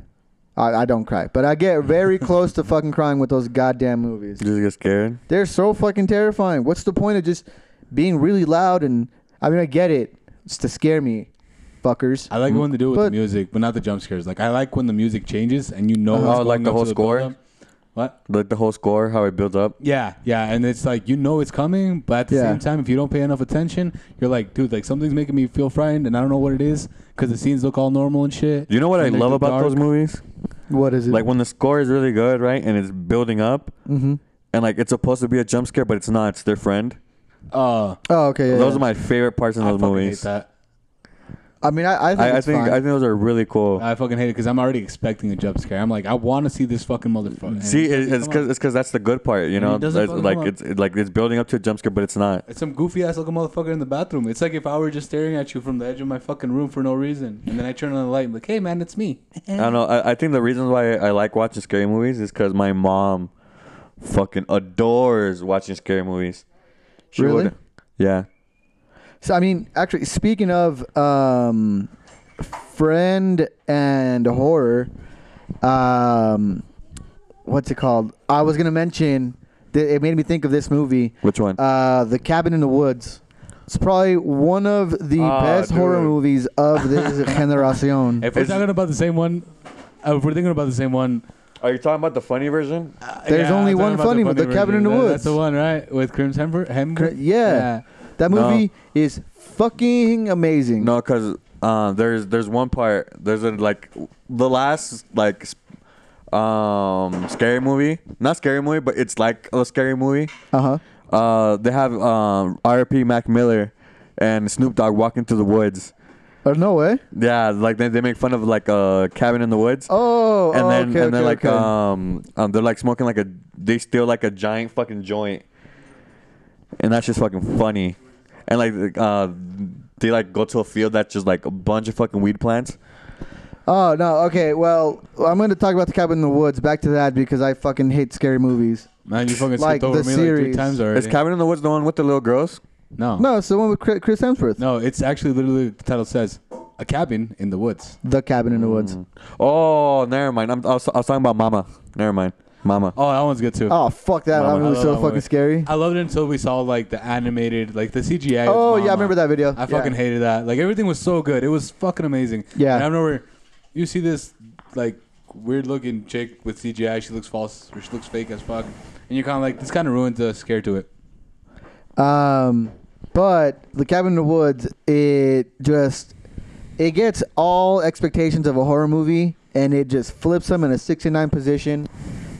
[SPEAKER 2] I, I don't cry, but I get very close to fucking crying with those goddamn movies.
[SPEAKER 3] You just get scared.
[SPEAKER 2] They're so fucking terrifying. What's the point of just being really loud and I mean I get it. It's to scare me, fuckers.
[SPEAKER 1] I
[SPEAKER 3] Mm.
[SPEAKER 1] like when they do it with the
[SPEAKER 2] But-
[SPEAKER 1] music, but not the jump scares. Like I like when the music changes and you know.
[SPEAKER 2] Uh-huh.
[SPEAKER 1] what's
[SPEAKER 3] Oh, like
[SPEAKER 1] going
[SPEAKER 3] the
[SPEAKER 1] up
[SPEAKER 3] whole
[SPEAKER 1] to
[SPEAKER 3] score?
[SPEAKER 1] buildup. What?
[SPEAKER 3] Like the whole score, how it builds up.
[SPEAKER 1] Yeah, yeah, and it's like you know it's coming, but at the
[SPEAKER 2] Yeah.
[SPEAKER 1] same time, if you don't pay enough attention, you're like, dude, like something's making me feel frightened, and I don't know what it is because the scenes look all normal and shit.
[SPEAKER 3] You know what I
[SPEAKER 1] And they're
[SPEAKER 3] love
[SPEAKER 1] too
[SPEAKER 3] about
[SPEAKER 1] dark.
[SPEAKER 3] those movies?
[SPEAKER 2] What is it?
[SPEAKER 3] Like when the score is really good, right, and it's building up,
[SPEAKER 2] Mm-hmm.
[SPEAKER 3] and like it's supposed to be a jump scare, but it's not. It's their friend.
[SPEAKER 1] Uh,
[SPEAKER 2] Oh, okay. Yeah,
[SPEAKER 3] those
[SPEAKER 2] yeah.
[SPEAKER 3] are my favorite parts in
[SPEAKER 1] I
[SPEAKER 3] those
[SPEAKER 1] fucking hate
[SPEAKER 3] movies.
[SPEAKER 1] that. Uh,
[SPEAKER 2] I mean, I, I think,
[SPEAKER 3] I, I
[SPEAKER 2] it's
[SPEAKER 3] think
[SPEAKER 2] fine.
[SPEAKER 3] I think those are really cool.
[SPEAKER 1] I fucking hate it because I'm already expecting a jump scare. I'm like, I want to see this fucking motherfucker. And
[SPEAKER 3] See,
[SPEAKER 1] it's
[SPEAKER 3] it,
[SPEAKER 1] fucking come on.
[SPEAKER 3] it's because it's because that's the good part, you know.
[SPEAKER 1] it doesn't
[SPEAKER 3] It's
[SPEAKER 1] fucking
[SPEAKER 3] like
[SPEAKER 1] come up.
[SPEAKER 3] it's it- like it's building up to a jump scare, but it's not.
[SPEAKER 1] It's some goofy ass looking motherfucker in the bathroom. It's like if I were just staring at you from the edge of my fucking room for no reason, and then I turn on the light, and like, hey man, it's me.
[SPEAKER 3] I don't know. I, I think the reason why I like watching scary movies is because my mom fucking adores watching scary movies.
[SPEAKER 2] Really?
[SPEAKER 3] Yeah.
[SPEAKER 2] So I mean, actually, speaking of um, friend and horror, um, what's it called? I was gonna mention. That it made me think of this movie,
[SPEAKER 3] Which one?
[SPEAKER 2] uh, The Cabin in the Woods. It's probably one of the
[SPEAKER 3] Ah,
[SPEAKER 2] best horror
[SPEAKER 3] dude.
[SPEAKER 2] movies of this generation.
[SPEAKER 1] If we're
[SPEAKER 3] It's-
[SPEAKER 1] talking about the same one, uh, if we're thinking about the same one,
[SPEAKER 3] Are you talking about the funny version?
[SPEAKER 1] uh,
[SPEAKER 2] There's
[SPEAKER 1] I'm
[SPEAKER 2] only
[SPEAKER 1] talking
[SPEAKER 2] one
[SPEAKER 1] about
[SPEAKER 2] funny one, The
[SPEAKER 1] version.
[SPEAKER 2] Cabin in the
[SPEAKER 1] That-
[SPEAKER 2] Woods.
[SPEAKER 1] That's the one, right? With Crims Hember.
[SPEAKER 2] Cr-
[SPEAKER 1] Hember?
[SPEAKER 2] yeah. That
[SPEAKER 3] No.
[SPEAKER 2] movie is fucking amazing.
[SPEAKER 3] No, because uh, there's there's one part. There's a like the last like s- um scary movie. Not scary movie, but it's like a scary movie.
[SPEAKER 2] Uh huh.
[SPEAKER 3] Uh, they have um, R.P. Mac Miller and Snoop Dogg walking through the woods.
[SPEAKER 2] Oh, no way.
[SPEAKER 3] Yeah, like they, they make fun of like a uh, cabin in the woods.
[SPEAKER 2] Oh,
[SPEAKER 3] and
[SPEAKER 2] oh,
[SPEAKER 3] then
[SPEAKER 2] okay,
[SPEAKER 3] and they're
[SPEAKER 2] okay,
[SPEAKER 3] like
[SPEAKER 2] okay.
[SPEAKER 3] um, um they're like smoking like a they steal like a giant fucking joint. And that's just fucking funny. And like uh they like go to a field that's just like a bunch of fucking weed plants.
[SPEAKER 2] Oh no, okay. Well, I'm going to talk about the cabin in the woods. Back to that because I fucking hate scary movies.
[SPEAKER 1] Man, you fucking
[SPEAKER 2] Like
[SPEAKER 1] skipped over
[SPEAKER 2] the
[SPEAKER 1] me like three
[SPEAKER 2] series.
[SPEAKER 1] times already.
[SPEAKER 3] Is Cabin in the Woods the one with the little girls?
[SPEAKER 1] no.
[SPEAKER 2] No, it's the one with Chri- Chris Hemsworth.
[SPEAKER 1] Oh. No, it's actually literally the title says a cabin in the woods.
[SPEAKER 2] The cabin in the woods.
[SPEAKER 3] Mm.
[SPEAKER 1] Mm.
[SPEAKER 3] Oh, never mind. I'm, I, was, I was talking about Mama. Never mind. Mama.
[SPEAKER 1] Oh, that one's good too.
[SPEAKER 2] Oh fuck that!
[SPEAKER 1] Mama,
[SPEAKER 2] that movie was
[SPEAKER 1] I love
[SPEAKER 2] so
[SPEAKER 1] that
[SPEAKER 2] fucking
[SPEAKER 1] movie.
[SPEAKER 2] scary.
[SPEAKER 1] I loved it until we saw like the animated, like the CGI. of
[SPEAKER 2] oh yeah,
[SPEAKER 1] Mama.
[SPEAKER 2] I remember that video.
[SPEAKER 1] I fucking hated that. Like everything was so good. It was fucking amazing.
[SPEAKER 2] Yeah.
[SPEAKER 1] And I remember you see this like weird looking chick with CGI. She looks false or she looks fake as fuck. And you're kind of like this kind of ruins the scare to it.
[SPEAKER 2] it. Um, but the cabin in the woods, it just it gets all expectations of a horror movie, and it just flips them in a 69 position.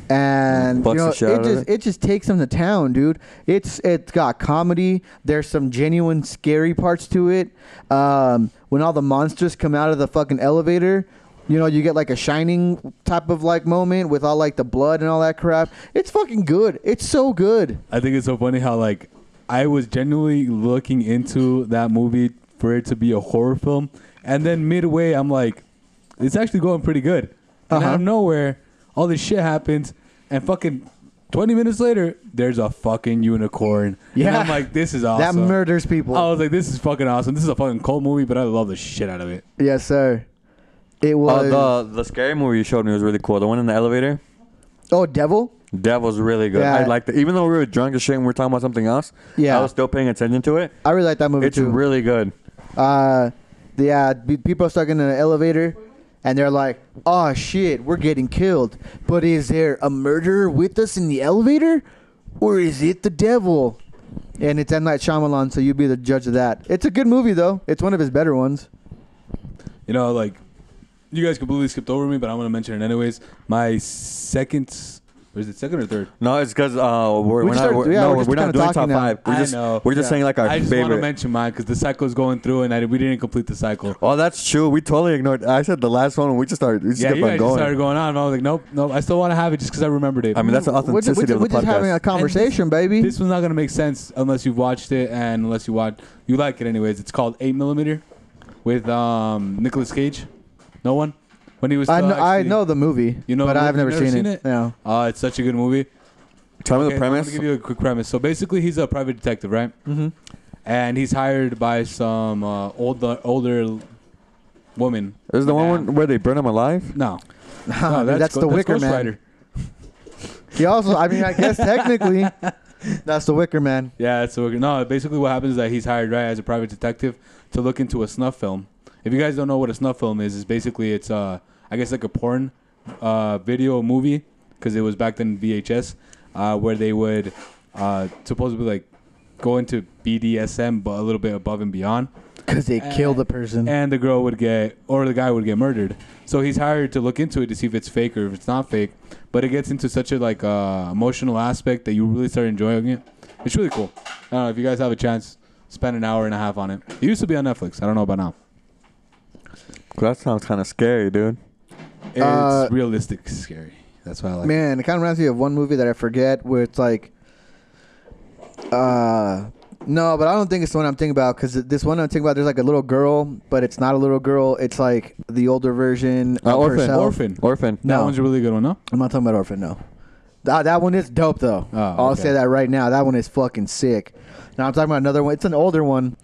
[SPEAKER 2] And you
[SPEAKER 3] Bucks the
[SPEAKER 2] know, it
[SPEAKER 3] shit out of
[SPEAKER 2] just
[SPEAKER 3] it.
[SPEAKER 2] it just takes them to town, dude. It's it's got comedy. There's some genuine scary parts to it. Um, when all the monsters come out of the fucking elevator, you know, you get like a shining type of like moment with all like the blood and all that crap. It's fucking good. It's so good.
[SPEAKER 1] I think it's so funny how like I was genuinely looking into that movie for it to be a horror film, and then midway I'm like, it's actually going pretty good. And out
[SPEAKER 2] Uh-huh.
[SPEAKER 1] of nowhere, all this shit happens, and fucking. 20 minutes later, there's a fucking unicorn. And
[SPEAKER 2] Yeah.
[SPEAKER 1] I'm like, this is awesome.
[SPEAKER 2] That murders people.
[SPEAKER 1] I was like, this is fucking awesome. This is a fucking cold movie, but I love the shit out of it.
[SPEAKER 2] Yes, sir. It was. Oh,
[SPEAKER 3] Oh, the the scary movie you showed me was really cool. The one in the elevator.
[SPEAKER 2] Oh, Devil?
[SPEAKER 3] That was really good.
[SPEAKER 2] Yeah.
[SPEAKER 3] I liked it. Even though we were drunk as shit and we were talking about something else,
[SPEAKER 2] Yeah.
[SPEAKER 3] I was still paying attention to it.
[SPEAKER 2] I really like that movie
[SPEAKER 3] It's
[SPEAKER 2] too.
[SPEAKER 3] really good.
[SPEAKER 2] uh, yeah, be- people are stuck in an elevator and they're like, oh shit, we're getting killed. But is there a murderer with us in the elevator? Or is it the devil? And it's M. Night Shyamalan, so you be the judge of that. It's a good movie, though. It's one of his better ones.
[SPEAKER 1] You know, like, you guys completely skipped over me, but I'm going to mention it anyways. My second, or is it second or third?
[SPEAKER 3] No, it's because uh, we're,
[SPEAKER 2] We just
[SPEAKER 3] we're not
[SPEAKER 2] started-
[SPEAKER 3] we're,
[SPEAKER 2] yeah,
[SPEAKER 3] no,
[SPEAKER 2] we're
[SPEAKER 3] we're,
[SPEAKER 2] just
[SPEAKER 3] not
[SPEAKER 2] kinda
[SPEAKER 3] doing top
[SPEAKER 2] talking now.
[SPEAKER 3] five. We're
[SPEAKER 1] I
[SPEAKER 3] just
[SPEAKER 1] know.
[SPEAKER 3] we're just
[SPEAKER 1] Yeah.
[SPEAKER 3] saying like our
[SPEAKER 1] I just want to
[SPEAKER 3] favorite.
[SPEAKER 1] mention mine because the cycle's going through and I, we didn't complete the cycle.
[SPEAKER 3] oh, that's true. We totally ignored. I said the last one. We just started. We just
[SPEAKER 1] yeah,
[SPEAKER 3] kept
[SPEAKER 1] you
[SPEAKER 3] on
[SPEAKER 1] guys just
[SPEAKER 3] going.
[SPEAKER 1] started going on. And I was like, nope, nope. I still want to have it just because I remembered it.
[SPEAKER 3] I mean, that's the
[SPEAKER 2] We're just,
[SPEAKER 3] authenticity
[SPEAKER 2] we're just-
[SPEAKER 3] of the
[SPEAKER 2] we're just having a
[SPEAKER 3] podcast.
[SPEAKER 2] conversation, baby.
[SPEAKER 1] this was not going to make sense unless you've watched it and unless you watch, you like it anyways. It's called 8 Millimeter with um, Nicolas Cage. No one? When he was
[SPEAKER 2] I
[SPEAKER 1] still
[SPEAKER 2] know, I
[SPEAKER 1] actually-
[SPEAKER 2] know the movie,
[SPEAKER 1] You know
[SPEAKER 2] but
[SPEAKER 1] the movie?
[SPEAKER 2] I've never,
[SPEAKER 1] You've never
[SPEAKER 2] seen,
[SPEAKER 1] seen
[SPEAKER 2] it.
[SPEAKER 1] it?
[SPEAKER 2] No.
[SPEAKER 1] Uh, it's such a good movie.
[SPEAKER 3] Tell me the
[SPEAKER 1] Okay, I'm
[SPEAKER 3] premise.
[SPEAKER 1] gonna give you a quick premise. So basically, he's a private detective, right?
[SPEAKER 2] Mm-hmm.
[SPEAKER 1] And he's hired by some uh, older older l- woman.
[SPEAKER 3] This is the
[SPEAKER 1] Nah.
[SPEAKER 3] one where they burn him alive.
[SPEAKER 1] No,
[SPEAKER 2] No,
[SPEAKER 1] no
[SPEAKER 2] dude, that's
[SPEAKER 1] Go-
[SPEAKER 2] the Wicker
[SPEAKER 1] Ghost
[SPEAKER 2] Man.
[SPEAKER 1] Rider.
[SPEAKER 2] He also, I mean, I guess technically, that's the Wicker Man.
[SPEAKER 1] Yeah, that's the Wicker. No, basically, what happens is that he's hired right as a private detective to look into a snuff film. If you guys don't know what a snuff film is, it's basically it's uh I guess like a porn uh video movie because it was back then VHS uh where they would uh supposedly like go into BDSM but a little bit above and beyond.
[SPEAKER 2] Because they
[SPEAKER 1] Uh,
[SPEAKER 2] kill the person.
[SPEAKER 1] and the girl would get or the guy would get murdered so he's hired to look into it to see if it's fake or if it's not fake but it gets into such a like uh, emotional aspect that you really start enjoying it it's really cool i don't know if you guys have a chance spend an hour and a half on it it used to be on netflix i don't know about now
[SPEAKER 3] That sounds kind of scary, dude.
[SPEAKER 1] It's
[SPEAKER 2] Uh,
[SPEAKER 1] realistic scary. That's why I like. it.
[SPEAKER 2] Man, it kind of reminds me of one movie that I forget where it's like, uh, no, but I don't think it's the one I'm thinking about because this one I'm thinking about, there's like a little girl, but it's not a little girl. It's like the older version
[SPEAKER 3] Uh,
[SPEAKER 2] of
[SPEAKER 3] orphan.
[SPEAKER 2] herself.
[SPEAKER 1] Orphan.
[SPEAKER 3] Orphan.
[SPEAKER 1] That
[SPEAKER 2] No,
[SPEAKER 1] one's a really good one, no?
[SPEAKER 2] I'm not talking about Orphan. No, that, that one is dope though.
[SPEAKER 1] Oh,
[SPEAKER 2] I'll
[SPEAKER 1] okay.
[SPEAKER 2] say that right now. That one is fucking sick. Now I'm talking about another one. It's an older one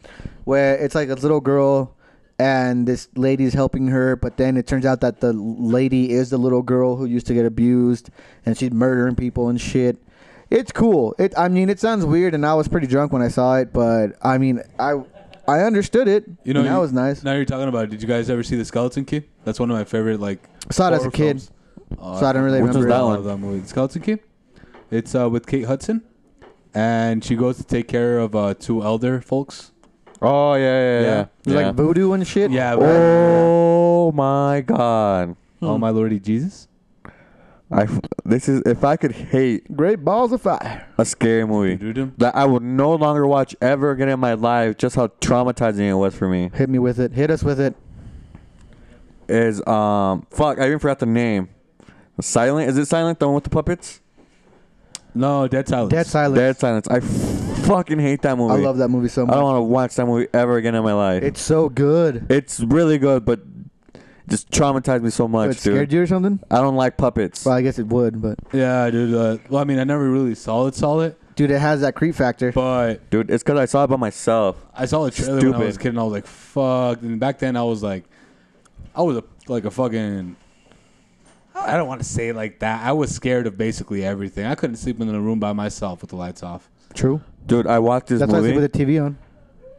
[SPEAKER 2] where it's like a little girl and this lady's helping her, but then it turns out that the lady is the little girl who used to get abused and she's murdering people and shit. It's cool. It. I mean, it sounds weird, and I was pretty drunk when I saw it, but I mean, I. I understood it.
[SPEAKER 1] You know
[SPEAKER 2] and that
[SPEAKER 1] you-
[SPEAKER 2] was nice.
[SPEAKER 1] Now you're talking about. it. Did you guys ever see the Skeleton Kid? That's one of my favorite like.
[SPEAKER 2] Saw it as a
[SPEAKER 1] horror
[SPEAKER 2] kid,
[SPEAKER 1] films. Oh,
[SPEAKER 2] so I don't really
[SPEAKER 3] Which was
[SPEAKER 2] remember. it.
[SPEAKER 3] that
[SPEAKER 1] I
[SPEAKER 3] one?
[SPEAKER 1] love that movie. Skeleton Kid. It's uh, with Kate Hudson, and she goes to take care of uh, two elder folks.
[SPEAKER 3] Oh yeah, yeah, yeah.
[SPEAKER 1] Yeah.
[SPEAKER 3] yeah.
[SPEAKER 2] It was like voodoo and shit.
[SPEAKER 1] Yeah.
[SPEAKER 3] oh my God.
[SPEAKER 1] Oh my lordy Jesus!
[SPEAKER 3] I f- this is if I could hate
[SPEAKER 2] Great balls of fire.
[SPEAKER 3] a scary movie
[SPEAKER 1] Doo-doo-doo.
[SPEAKER 3] that I will no longer watch ever again in my life, just how traumatizing it was for me.
[SPEAKER 2] Hit me with it. Hit us with it.
[SPEAKER 3] Is um fuck I even forgot the name. Silent is it Silent the one with the puppets?
[SPEAKER 1] No, Dead Silence.
[SPEAKER 2] Dead Silence.
[SPEAKER 3] Dead Silence. I fucking hate that movie.
[SPEAKER 2] I love that movie so
[SPEAKER 3] I
[SPEAKER 2] much.
[SPEAKER 3] don't want to watch that movie ever again in my life.
[SPEAKER 2] it's so good.
[SPEAKER 3] it's really good, but just traumatized me so
[SPEAKER 2] What,
[SPEAKER 3] much,
[SPEAKER 2] it
[SPEAKER 3] dude.
[SPEAKER 2] scared you or something?
[SPEAKER 3] I don't like puppets.
[SPEAKER 2] Well, I guess it would, but
[SPEAKER 1] Yeah, dude. Uh, well, I mean, I never really saw it, saw it,
[SPEAKER 2] dude, it has that creep factor.
[SPEAKER 1] but
[SPEAKER 3] Dude, it's because I saw it by myself.
[SPEAKER 1] I saw the trailer when I was a
[SPEAKER 3] Stupid.
[SPEAKER 1] kid, and I was like, "Fuck!" And back then, I was like, I was a, like a fucking. I don't want to say it like that. I was scared of basically everything. I couldn't sleep in the room by myself with the lights off.
[SPEAKER 2] True.
[SPEAKER 3] Dude, I watched this
[SPEAKER 2] That's why I
[SPEAKER 3] movie.
[SPEAKER 2] sleep with the TV on.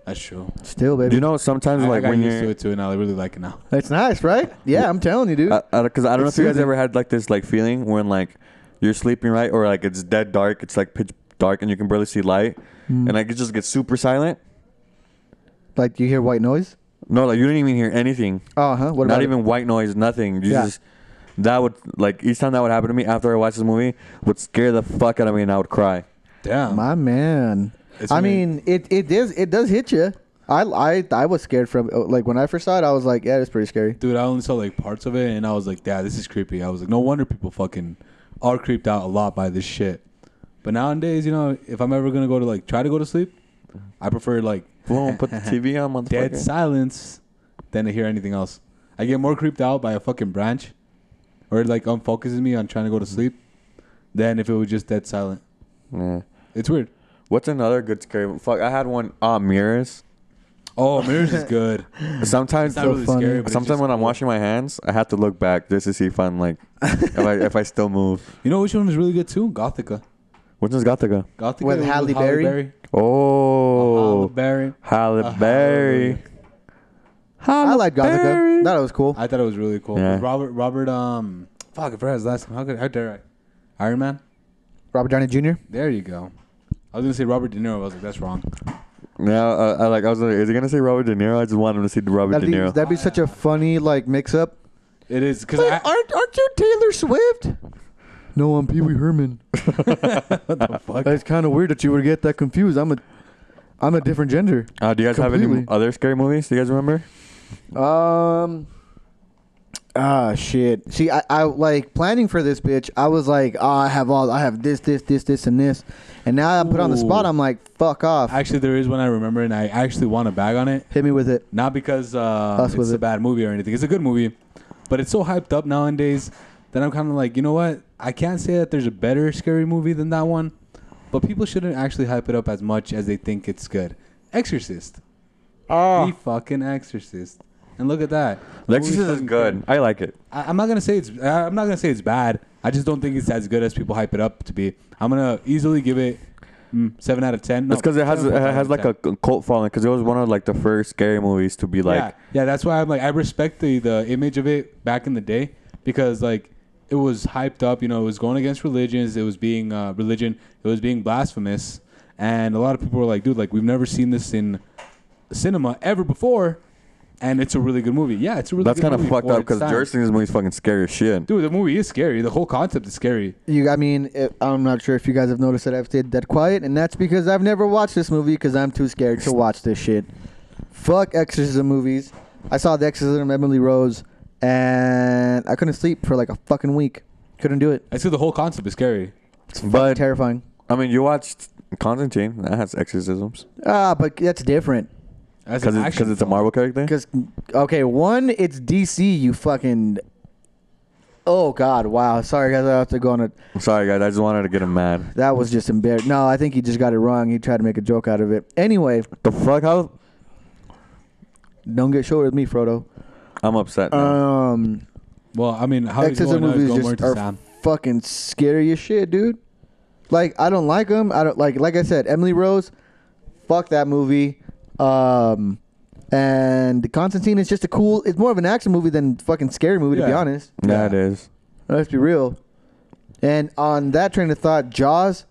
[SPEAKER 1] That's true.
[SPEAKER 2] Still, baby.
[SPEAKER 3] Do you know sometimes
[SPEAKER 1] I, I
[SPEAKER 3] like
[SPEAKER 1] got
[SPEAKER 3] when
[SPEAKER 1] used to
[SPEAKER 3] you're
[SPEAKER 1] it too, and I really like it now.
[SPEAKER 2] it's nice, right? Yeah, I'm telling you, dude.
[SPEAKER 3] because I, don't know
[SPEAKER 2] It's
[SPEAKER 3] if you guys
[SPEAKER 2] soothing.
[SPEAKER 3] ever had like this like feeling when like you're sleeping right or like it's dead dark, it's like pitch dark and you can barely see light,
[SPEAKER 2] Mm.
[SPEAKER 3] and like it just gets super silent.
[SPEAKER 2] like you hear white noise.
[SPEAKER 3] No, like you don't even hear anything.
[SPEAKER 2] Uh huh. What
[SPEAKER 3] Not
[SPEAKER 2] about it?
[SPEAKER 3] even white noise, nothing. You
[SPEAKER 2] Yeah.
[SPEAKER 3] just that would like each time that would happen to me after I watched this movie would scare the fuck out of me and I would cry.
[SPEAKER 1] Damn.
[SPEAKER 2] my man?
[SPEAKER 1] It's
[SPEAKER 2] I
[SPEAKER 1] weird.
[SPEAKER 2] mean, it it does it does hit you. I I I was scared from uh, like when I first saw it, I was like, yeah, it's pretty scary.
[SPEAKER 1] dude, I only saw like parts of it, and I was like, "Dad, this is creepy." I was like, "No wonder people fucking are creeped out a lot by this shit." But nowadays, you know, if I'm ever gonna go to like try to go to sleep, I prefer like
[SPEAKER 3] Boom, put the TV on,
[SPEAKER 1] dead
[SPEAKER 3] motherfucker.
[SPEAKER 1] silence than to hear anything else. I get more creeped out by a fucking branch, or it like unfocuses me on trying to go to sleep, than if it was just dead silent.
[SPEAKER 3] Yeah.
[SPEAKER 1] It's weird.
[SPEAKER 3] What's another good scary? mo- Fuck, I had one. Ah, mirrors.
[SPEAKER 1] Oh, mirrors is good.
[SPEAKER 3] Sometimes
[SPEAKER 1] It's not
[SPEAKER 2] So
[SPEAKER 1] really
[SPEAKER 2] funny.
[SPEAKER 1] scary. But it's
[SPEAKER 3] Sometimes
[SPEAKER 1] just
[SPEAKER 3] when I'm
[SPEAKER 1] cool.
[SPEAKER 3] washing my hands, I have to look back just to see if I'm like, if I if I still move.
[SPEAKER 1] you know which one was really good too? Gothica.
[SPEAKER 3] Which one's Gothica?
[SPEAKER 1] Gothica
[SPEAKER 2] With Halle Berry?
[SPEAKER 1] Halle
[SPEAKER 3] Oh,
[SPEAKER 1] Berry. Uh,
[SPEAKER 3] Halle Berry.
[SPEAKER 2] I like Gothica. That was cool.
[SPEAKER 1] I thought it was really cool.
[SPEAKER 3] Yeah.
[SPEAKER 1] Robert Robert um fuck I forgot his last name. How could how dare I? Iron Man?
[SPEAKER 2] Robert Downey Jr.
[SPEAKER 1] There you go. I was gonna say Robert De Niro, I was like, that's wrong.
[SPEAKER 3] Now, uh, I like. I was like, is he gonna say Robert De Niro? I just wanted him to see Robert De
[SPEAKER 2] That'd be,
[SPEAKER 3] Niro.
[SPEAKER 2] that'd be such a funny like mix up.
[SPEAKER 1] It is because
[SPEAKER 2] Wait, aren't aren't you Taylor Swift? No, I'm Pee Wee Herman.
[SPEAKER 1] what the fuck?
[SPEAKER 2] It's kind of weird that you would get that confused. I'm a, I'm a different gender.
[SPEAKER 3] Uh, do you guys have any
[SPEAKER 2] Completely.
[SPEAKER 3] other scary movies? Do you guys remember?
[SPEAKER 2] Um. Ah shit. See, I, I like planning for this bitch. I was like, oh, I have all, I have this, this, this, this, and this, and now I'm put on the spot.
[SPEAKER 1] Ooh.
[SPEAKER 2] I'm like, fuck off.
[SPEAKER 1] Actually there is one I remember and I actually want to bag on it.
[SPEAKER 2] Hit me with it.
[SPEAKER 1] Not because uh,
[SPEAKER 2] Us
[SPEAKER 1] it's
[SPEAKER 2] with
[SPEAKER 1] a
[SPEAKER 2] it.
[SPEAKER 1] bad movie or anything. It's a good movie. But it's so hyped up nowadays that I'm kinda like, you know what? I can't say that there's a better scary movie than that one. But people shouldn't actually hype it up as much as they think it's good. Exorcist.
[SPEAKER 2] Ah.
[SPEAKER 1] The fucking Exorcist. And look at that. The
[SPEAKER 3] Ah. The
[SPEAKER 1] movie's
[SPEAKER 3] Exorcist is
[SPEAKER 1] fucking
[SPEAKER 3] good. I like it.
[SPEAKER 1] I, I'm not gonna say it's. I- I'm not gonna say it's bad. I just don't think it's as good as people hype it up to be. I'm gonna easily give it mm, seven out of ten. No,
[SPEAKER 3] It's because it has it
[SPEAKER 1] 7.5 out
[SPEAKER 3] has
[SPEAKER 1] of
[SPEAKER 3] like
[SPEAKER 1] 10.
[SPEAKER 3] a c- cult following. Because it was one of like the first scary movies to be like.
[SPEAKER 1] yeah, yeah. That's why I'm like I respect the the image of it back in the day because like it was hyped up. You know, it was going against religions. It was being uh, religion. It was being blasphemous, and a lot of people were like, "Dude, like we've never seen this in cinema ever before." And it's a really good movie. Yeah, it's a really
[SPEAKER 3] That's
[SPEAKER 1] good
[SPEAKER 3] kind of
[SPEAKER 1] movie.
[SPEAKER 3] fucked
[SPEAKER 1] for
[SPEAKER 3] up
[SPEAKER 1] its
[SPEAKER 3] because
[SPEAKER 1] time.
[SPEAKER 3] Jersen's movie's fucking scary as shit.
[SPEAKER 1] Dude, the movie is scary. The whole concept is scary.
[SPEAKER 2] You, I mean, it, I'm not sure if you guys have noticed that I've stayed dead quiet, and that's because I've never watched this movie because I'm too scared to watch this shit. Fuck exorcism movies. I saw The Exorcism of Emily Rose, and I couldn't sleep for like a fucking week. Couldn't do it.
[SPEAKER 1] I see the whole concept is scary.
[SPEAKER 2] It's
[SPEAKER 3] But-
[SPEAKER 2] fucking terrifying.
[SPEAKER 3] I mean, you watched Constantine. That has exorcisms
[SPEAKER 2] Ah, but that's different.
[SPEAKER 1] That's
[SPEAKER 3] because
[SPEAKER 1] an
[SPEAKER 3] it's,
[SPEAKER 1] action
[SPEAKER 3] 'cause it's a
[SPEAKER 1] film.
[SPEAKER 3] Marvel character.
[SPEAKER 2] Because okay, one, it's DC. You fucking. Oh God! Wow. Sorry guys, I have to go on a.
[SPEAKER 3] I'm sorry, guys. I just wanted to get him mad.
[SPEAKER 2] That was just embarrassing. No, I think he just got it wrong. He tried to make a joke out of it. Anyway,
[SPEAKER 3] The fuck? How?
[SPEAKER 2] don't get short with me, Frodo.
[SPEAKER 3] I'm upset. Now.
[SPEAKER 2] Um,
[SPEAKER 1] Well, I mean, how he's
[SPEAKER 2] Exorcism
[SPEAKER 1] going now is
[SPEAKER 2] movies
[SPEAKER 1] going
[SPEAKER 2] just
[SPEAKER 1] more into
[SPEAKER 2] are
[SPEAKER 1] sound.
[SPEAKER 2] fucking scary as shit, dude. Like I don't like them. I don't like like I said, Emily Rose. Fuck that movie. Um, and Constantine is just a cool. It's more of an action movie than fucking scary movie, to be
[SPEAKER 1] Yeah.
[SPEAKER 2] honest.
[SPEAKER 3] yeah,
[SPEAKER 1] yeah.
[SPEAKER 3] it is.
[SPEAKER 2] Let's be real. And on that train of thought, Jaws,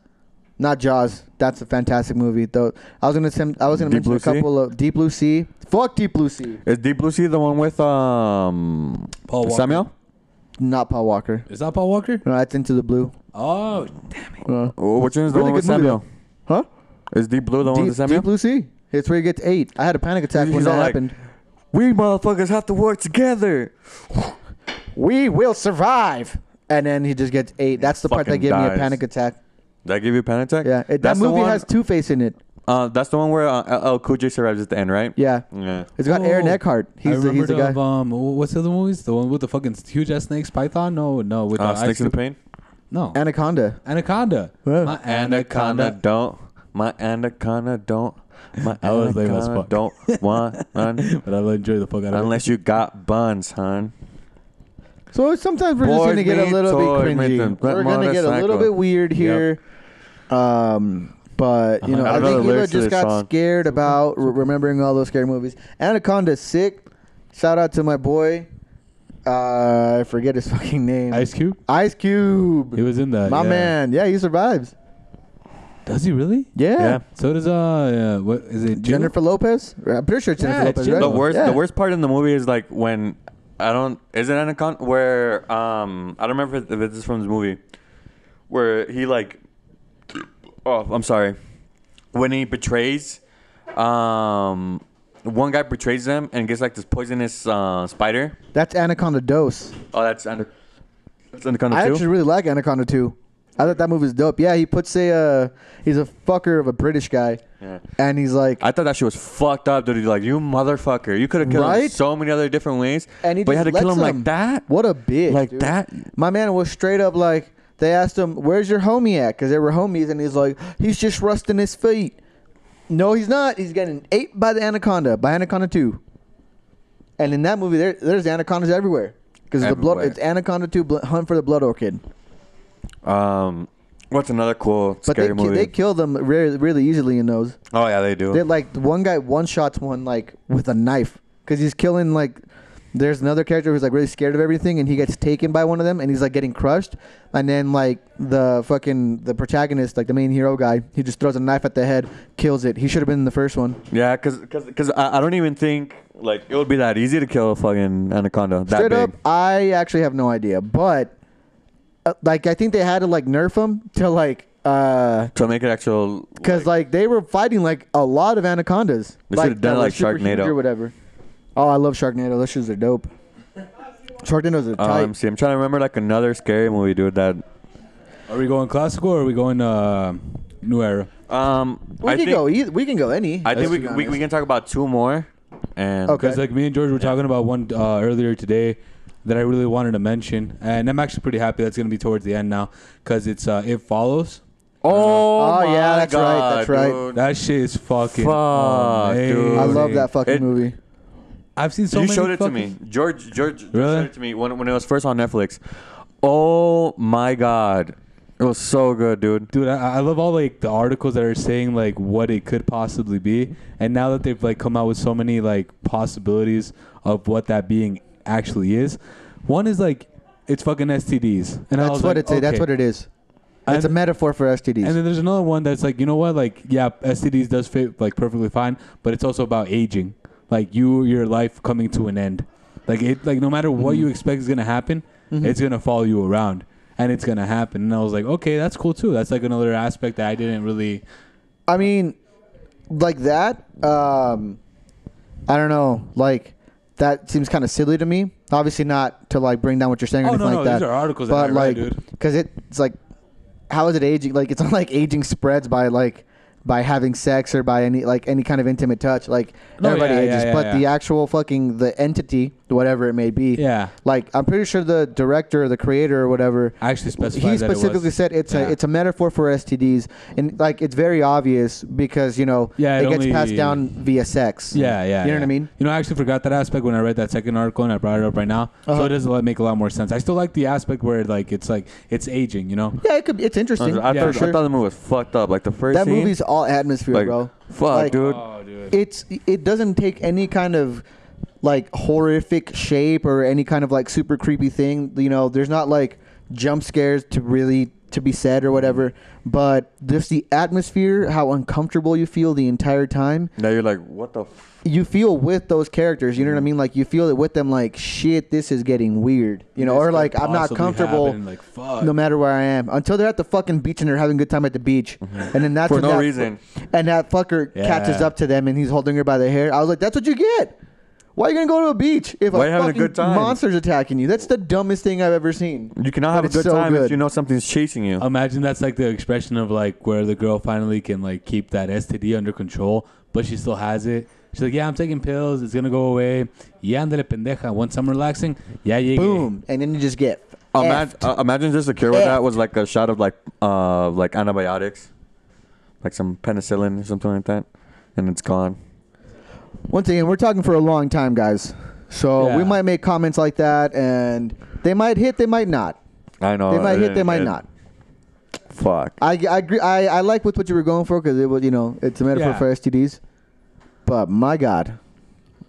[SPEAKER 2] not Jaws. That's a fantastic movie, though. I was gonna send, I was gonna mention
[SPEAKER 3] Deep
[SPEAKER 2] a
[SPEAKER 3] Blue Sea?
[SPEAKER 2] couple of Deep Blue Sea. Fuck Deep Blue Sea.
[SPEAKER 3] Is Deep Blue Sea the one with um
[SPEAKER 1] Paul Walker.
[SPEAKER 3] Samuel?
[SPEAKER 2] Not Paul Walker.
[SPEAKER 1] Is that Paul Walker?
[SPEAKER 2] No, that's Into the Blue.
[SPEAKER 1] Oh,
[SPEAKER 2] Uh,
[SPEAKER 3] Oh, which one is the
[SPEAKER 2] Really
[SPEAKER 3] one with
[SPEAKER 2] good movie,
[SPEAKER 3] Samuel?
[SPEAKER 2] huh?
[SPEAKER 3] Is Deep Blue the one
[SPEAKER 2] Uh, Deep,
[SPEAKER 3] with Samuel?
[SPEAKER 2] Deep Blue Sea. It's where you get to eight. I had a panic attack
[SPEAKER 3] He's
[SPEAKER 2] when that
[SPEAKER 3] all like-
[SPEAKER 2] happened.
[SPEAKER 3] We motherfuckers have to work together.
[SPEAKER 2] We will survive. And then he just gets eight. That's the part that
[SPEAKER 3] Fucking
[SPEAKER 2] gave me a
[SPEAKER 3] dies.
[SPEAKER 2] panic attack.
[SPEAKER 3] Did I give you a panic attack?
[SPEAKER 2] Yeah, it, that
[SPEAKER 3] That's the
[SPEAKER 2] movie
[SPEAKER 3] one-
[SPEAKER 2] has Two Face in it.
[SPEAKER 3] Uh, that's the one where uh, LL Cool J survives at the end, right?
[SPEAKER 2] Yeah,
[SPEAKER 3] Yeah.
[SPEAKER 2] it's got Aaron
[SPEAKER 1] Oh.
[SPEAKER 2] Eckhart.
[SPEAKER 1] I
[SPEAKER 2] He's the,
[SPEAKER 1] remember
[SPEAKER 2] he's the guy.
[SPEAKER 1] Of, um, what's the other movies? The one with the fucking huge ass snakes, Python? No, no, with
[SPEAKER 3] Uh,
[SPEAKER 1] the
[SPEAKER 3] Snakes in the Pain.
[SPEAKER 1] No,
[SPEAKER 2] Anaconda.
[SPEAKER 1] Anaconda.
[SPEAKER 2] Yeah.
[SPEAKER 1] My Anaconda.
[SPEAKER 3] don't. My anaconda don't. My
[SPEAKER 1] I was lame as
[SPEAKER 3] anaconda
[SPEAKER 1] fuck.
[SPEAKER 3] don't want none
[SPEAKER 1] But I will enjoy the fuck out of it.
[SPEAKER 3] unless you got buns, hon.
[SPEAKER 2] So sometimes we're just
[SPEAKER 3] Boys
[SPEAKER 2] gonna get a
[SPEAKER 3] meet
[SPEAKER 2] little
[SPEAKER 3] toys,
[SPEAKER 2] bit
[SPEAKER 3] meet them.
[SPEAKER 2] cringy. We're gonna get a little
[SPEAKER 3] Motorcycle.
[SPEAKER 2] bit weird here. Um, but you know,
[SPEAKER 3] I
[SPEAKER 2] I
[SPEAKER 3] don't know
[SPEAKER 2] think
[SPEAKER 3] the
[SPEAKER 2] Ela
[SPEAKER 3] lyrics to
[SPEAKER 2] just
[SPEAKER 3] this
[SPEAKER 2] got
[SPEAKER 3] song.
[SPEAKER 2] scared about re- remembering all those scary movies. Anaconda's sick. Shout out to my boy. Uh, I forget his fucking name.
[SPEAKER 1] Ice uh, Cube.
[SPEAKER 2] Ice Cube.
[SPEAKER 1] He was in that.
[SPEAKER 2] my
[SPEAKER 1] yeah.
[SPEAKER 2] man. Yeah, he survives.
[SPEAKER 1] Does he really?
[SPEAKER 2] Yeah.
[SPEAKER 3] Yeah.
[SPEAKER 1] So does uh, uh what is it? Jill?
[SPEAKER 2] Jennifer Lopez. I'm pretty sure it's Jennifer
[SPEAKER 1] Yeah,
[SPEAKER 2] Lopez.
[SPEAKER 1] Jennifer.
[SPEAKER 2] Right?
[SPEAKER 3] The worst.
[SPEAKER 2] Yeah.
[SPEAKER 3] The worst part in the movie is like when I don't. Is it anaconda where um I don't remember if this is from the movie where he like. Oh, I'm sorry. When he betrays, um, one guy betrays them and gets like this poisonous uh, spider.
[SPEAKER 2] That's Anaconda Dose.
[SPEAKER 3] Oh, that's under. That's anaconda
[SPEAKER 2] I
[SPEAKER 3] too.
[SPEAKER 2] actually really like Anaconda 2. I thought that movie was dope. Yeah, he puts a uh, he's a fucker of a British guy,
[SPEAKER 3] Yeah.
[SPEAKER 2] and he's like,
[SPEAKER 3] I thought that shit was fucked up, dude. Like you motherfucker, you could have killed him
[SPEAKER 2] Right?
[SPEAKER 3] so many other different ways,
[SPEAKER 2] and he
[SPEAKER 3] but you
[SPEAKER 2] just
[SPEAKER 3] had to kill
[SPEAKER 2] lets
[SPEAKER 3] him like
[SPEAKER 2] him.
[SPEAKER 3] that,
[SPEAKER 2] What a bitch!
[SPEAKER 3] like
[SPEAKER 2] dude.
[SPEAKER 3] that.
[SPEAKER 2] My man was straight up like they asked him, "Where's your homie at?" Because they were homies, and he's like, "He's just rusting his feet." No, he's not. He's getting ate by the anaconda by Anaconda 2. And in that movie, there, there's anacondas everywhere because the blood.
[SPEAKER 3] Everywhere.
[SPEAKER 2] It's Anaconda 2, Bl- Hunt for the Blood Orchid.
[SPEAKER 3] Um, what's another cool
[SPEAKER 2] But
[SPEAKER 3] scary
[SPEAKER 2] they, ki-
[SPEAKER 3] movie?
[SPEAKER 2] they kill them really, really easily in those.
[SPEAKER 3] oh yeah, they do.
[SPEAKER 2] They like one guy one shots one like with a knife because he's killing like. There's another character who's like really scared of everything, and he gets taken by one of them, and he's like getting crushed. And then like the fucking the protagonist, like the main hero guy, he just throws a knife at the head, kills it. He should have been in the first one.
[SPEAKER 3] yeah, cause, cause, 'cause I, I don't even think like it would be that easy to kill a fucking anaconda that
[SPEAKER 2] Straight
[SPEAKER 3] big.
[SPEAKER 2] up, I actually have no idea, but uh, like I think they had to like nerf him to like uh
[SPEAKER 3] To make it actual.
[SPEAKER 2] because like they were fighting like a lot of anacondas.
[SPEAKER 3] They should've
[SPEAKER 2] that
[SPEAKER 3] done it
[SPEAKER 2] were
[SPEAKER 3] like
[SPEAKER 2] super huge
[SPEAKER 3] Sharknado.
[SPEAKER 2] or whatever. Oh, I love Sharknado. Those shoes are dope. Sharknado's are tight.
[SPEAKER 3] um, see, I'm trying to remember like another scary movie, dude. That
[SPEAKER 1] Are we going classical or are we going uh, new era?
[SPEAKER 3] um,
[SPEAKER 2] we
[SPEAKER 3] I
[SPEAKER 2] can
[SPEAKER 3] think
[SPEAKER 2] go. Either, we can go any.
[SPEAKER 3] I
[SPEAKER 2] let's
[SPEAKER 3] think we,
[SPEAKER 2] be
[SPEAKER 3] can- we
[SPEAKER 2] honest.
[SPEAKER 3] we can talk about two more, and
[SPEAKER 2] Okay.
[SPEAKER 1] Because like me and George were talking about one uh, earlier today that I really wanted to mention, and I'm actually pretty happy that's gonna be towards the end now because it's uh, it follows.
[SPEAKER 3] Oh,
[SPEAKER 2] Oh,
[SPEAKER 3] my
[SPEAKER 2] yeah, that's right,
[SPEAKER 3] God,
[SPEAKER 2] that's right.
[SPEAKER 3] dude.
[SPEAKER 1] That shit is fucking.
[SPEAKER 3] Fuck, dude.
[SPEAKER 2] I love
[SPEAKER 1] amazing.
[SPEAKER 2] that fucking
[SPEAKER 3] It-
[SPEAKER 2] movie.
[SPEAKER 1] I've seen so
[SPEAKER 3] you
[SPEAKER 1] many.
[SPEAKER 3] showed it to
[SPEAKER 1] fucking-
[SPEAKER 3] me, George. George George
[SPEAKER 1] Really?
[SPEAKER 3] showed it to me when when it was first on Netflix. Oh my God, it was so good, dude.
[SPEAKER 1] dude I, I love all like the articles that are saying like what it could possibly be and now that they've like come out with so many like possibilities of what that being actually is one is like it's fucking stds and I
[SPEAKER 2] That's
[SPEAKER 1] was
[SPEAKER 2] what
[SPEAKER 1] like,
[SPEAKER 2] it's. That's
[SPEAKER 1] okay.
[SPEAKER 2] what it is.
[SPEAKER 1] And-
[SPEAKER 2] It's a metaphor for STDs.
[SPEAKER 1] and then there's another one that's like you know what like yeah stds does fit like perfectly fine but it's also about aging like you your life coming to an end like it like no matter
[SPEAKER 2] Mm-hmm.
[SPEAKER 1] what you expect is gonna happen it's gonna follow you around and it's gonna happen and i was like okay that's cool too that's like another aspect that i didn't really
[SPEAKER 2] I mean, like that. Um, I don't know. Like that seems kind of silly to me. Obviously, not to like bring down what you're saying or
[SPEAKER 1] Oh,
[SPEAKER 2] anything
[SPEAKER 1] no, no,
[SPEAKER 2] like that.
[SPEAKER 1] these are articles that I
[SPEAKER 2] but
[SPEAKER 1] read,
[SPEAKER 2] like,
[SPEAKER 1] dude.
[SPEAKER 2] because it's like, how is it aging? Like, it's not like aging spreads by like by having sex or by any like any kind of intimate touch. Like
[SPEAKER 1] No,
[SPEAKER 2] everybody
[SPEAKER 1] Oh, yeah, yeah,
[SPEAKER 2] ages,
[SPEAKER 1] yeah,
[SPEAKER 2] but the
[SPEAKER 1] yeah.
[SPEAKER 2] actual fucking the entity, whatever it may be.
[SPEAKER 1] Yeah.
[SPEAKER 2] Like, I'm pretty sure the director or the creator or whatever
[SPEAKER 1] Actually specified
[SPEAKER 2] he
[SPEAKER 1] that it was-
[SPEAKER 2] specifically said it's
[SPEAKER 1] Yeah.
[SPEAKER 2] a it's a metaphor for STDs, and like it's very obvious because you know
[SPEAKER 1] Yeah, it
[SPEAKER 2] it, gets
[SPEAKER 1] only-
[SPEAKER 2] passed down via sex.
[SPEAKER 1] Yeah, yeah.
[SPEAKER 2] You know
[SPEAKER 1] yeah.
[SPEAKER 2] what I mean?
[SPEAKER 1] You know, I actually forgot that aspect when I read that second article and I brought it up right now. So
[SPEAKER 2] Uh-huh.
[SPEAKER 1] it doesn't like, make a lot more sense. I still like the aspect where like it's like it's aging, you know?
[SPEAKER 2] Yeah, it could. It's
[SPEAKER 3] I,
[SPEAKER 2] interesting.
[SPEAKER 3] thought,
[SPEAKER 1] Yeah.
[SPEAKER 3] I thought the movie was fucked up. Like the first
[SPEAKER 2] that
[SPEAKER 3] scene,
[SPEAKER 2] movie's all atmosphere,
[SPEAKER 3] like,
[SPEAKER 2] bro.
[SPEAKER 3] Fuck,
[SPEAKER 2] Like,
[SPEAKER 3] dude.
[SPEAKER 1] Oh, dude.
[SPEAKER 2] It's it doesn't take any kind of like horrific shape or any kind of like super creepy thing. You know, there's not like jump scares to really to be said or whatever, but just the atmosphere, how uncomfortable you feel the entire time.
[SPEAKER 3] now you're like, what the? F-?
[SPEAKER 2] you feel with those characters. You
[SPEAKER 1] Mm-hmm.
[SPEAKER 2] know what I mean? Like you feel it with them. Like shit, this is getting weird. You know,
[SPEAKER 1] This
[SPEAKER 2] or
[SPEAKER 1] could
[SPEAKER 2] like I'm not
[SPEAKER 1] possibly
[SPEAKER 2] comfortable.
[SPEAKER 1] happen, like, fuck.
[SPEAKER 2] No matter where I am, until they're at the fucking beach and they're having a good time at the beach, and then that's
[SPEAKER 3] Mm-hmm. For
[SPEAKER 2] when
[SPEAKER 3] no
[SPEAKER 2] that-
[SPEAKER 3] reason.
[SPEAKER 2] And that fucker
[SPEAKER 1] Yeah.
[SPEAKER 2] catches up to them and he's holding her by the hair. I was like, that's what you get. Why are you gonna go to a beach if
[SPEAKER 3] Why
[SPEAKER 2] a
[SPEAKER 3] you having a
[SPEAKER 2] fucking
[SPEAKER 3] good time?
[SPEAKER 2] monster's attacking you? That's the dumbest thing I've ever seen.
[SPEAKER 3] You cannot
[SPEAKER 2] But
[SPEAKER 3] have a
[SPEAKER 2] it's
[SPEAKER 3] good
[SPEAKER 2] so
[SPEAKER 3] time
[SPEAKER 2] good.
[SPEAKER 3] if you know something's chasing you.
[SPEAKER 1] Imagine that's like the expression of like where the girl finally can like keep that STD under control, but she still has it. She's like, yeah, I'm taking pills. It's gonna go away. Yeah, andale pendeja. Once I'm relaxing, yeah, yeah,
[SPEAKER 2] Boom, and then you just get.
[SPEAKER 3] Imagine,
[SPEAKER 2] effed.
[SPEAKER 3] uh, imagine just the cure with
[SPEAKER 2] Effed.
[SPEAKER 3] that was like a shot of like uh like antibiotics, like some penicillin or something like that, and it's gone.
[SPEAKER 2] Once again, we're talking for a long time, guys. So
[SPEAKER 1] Yeah.
[SPEAKER 2] we might make comments like that, and they might hit, they might not.
[SPEAKER 3] I know.
[SPEAKER 2] They might
[SPEAKER 3] it
[SPEAKER 2] hit, they
[SPEAKER 3] didn't
[SPEAKER 2] might
[SPEAKER 3] hit.
[SPEAKER 2] not.
[SPEAKER 3] Fuck.
[SPEAKER 2] I, I agree. I, I like with what you were going for because it was you know it's a metaphor
[SPEAKER 1] Yeah.
[SPEAKER 2] for STDs. But my God,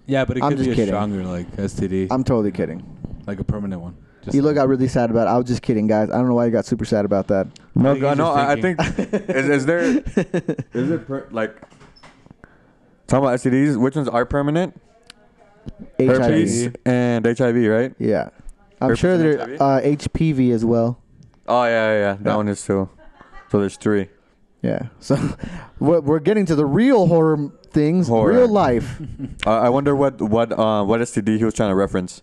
[SPEAKER 1] Yeah, but it
[SPEAKER 2] I'm
[SPEAKER 1] could be
[SPEAKER 2] just
[SPEAKER 1] a
[SPEAKER 2] kidding.
[SPEAKER 1] stronger like STD,
[SPEAKER 2] I'm totally kidding.
[SPEAKER 1] like a permanent one. Just
[SPEAKER 2] You look out really sad about. it. I was just kidding, guys. I don't know why you got super sad about that.
[SPEAKER 3] No,
[SPEAKER 1] think he's
[SPEAKER 3] God, no.
[SPEAKER 1] just
[SPEAKER 3] I, I think
[SPEAKER 1] thinking.
[SPEAKER 3] is, is there is it per, like talking about STDs? Which ones are permanent? Herpes
[SPEAKER 2] HIV.
[SPEAKER 3] and HIV, right?
[SPEAKER 2] Yeah, I'm
[SPEAKER 3] Herpes
[SPEAKER 2] sure
[SPEAKER 3] and
[SPEAKER 2] there
[SPEAKER 3] HIV?
[SPEAKER 2] uh, HPV as well.
[SPEAKER 3] Oh yeah, yeah. yeah. That
[SPEAKER 2] Yeah.
[SPEAKER 3] one is two. So there's three.
[SPEAKER 2] Yeah. So we're, we're getting to the real horror things,
[SPEAKER 3] Horror.
[SPEAKER 2] real life.
[SPEAKER 3] Uh, I wonder what what uh, what STD he was trying to reference.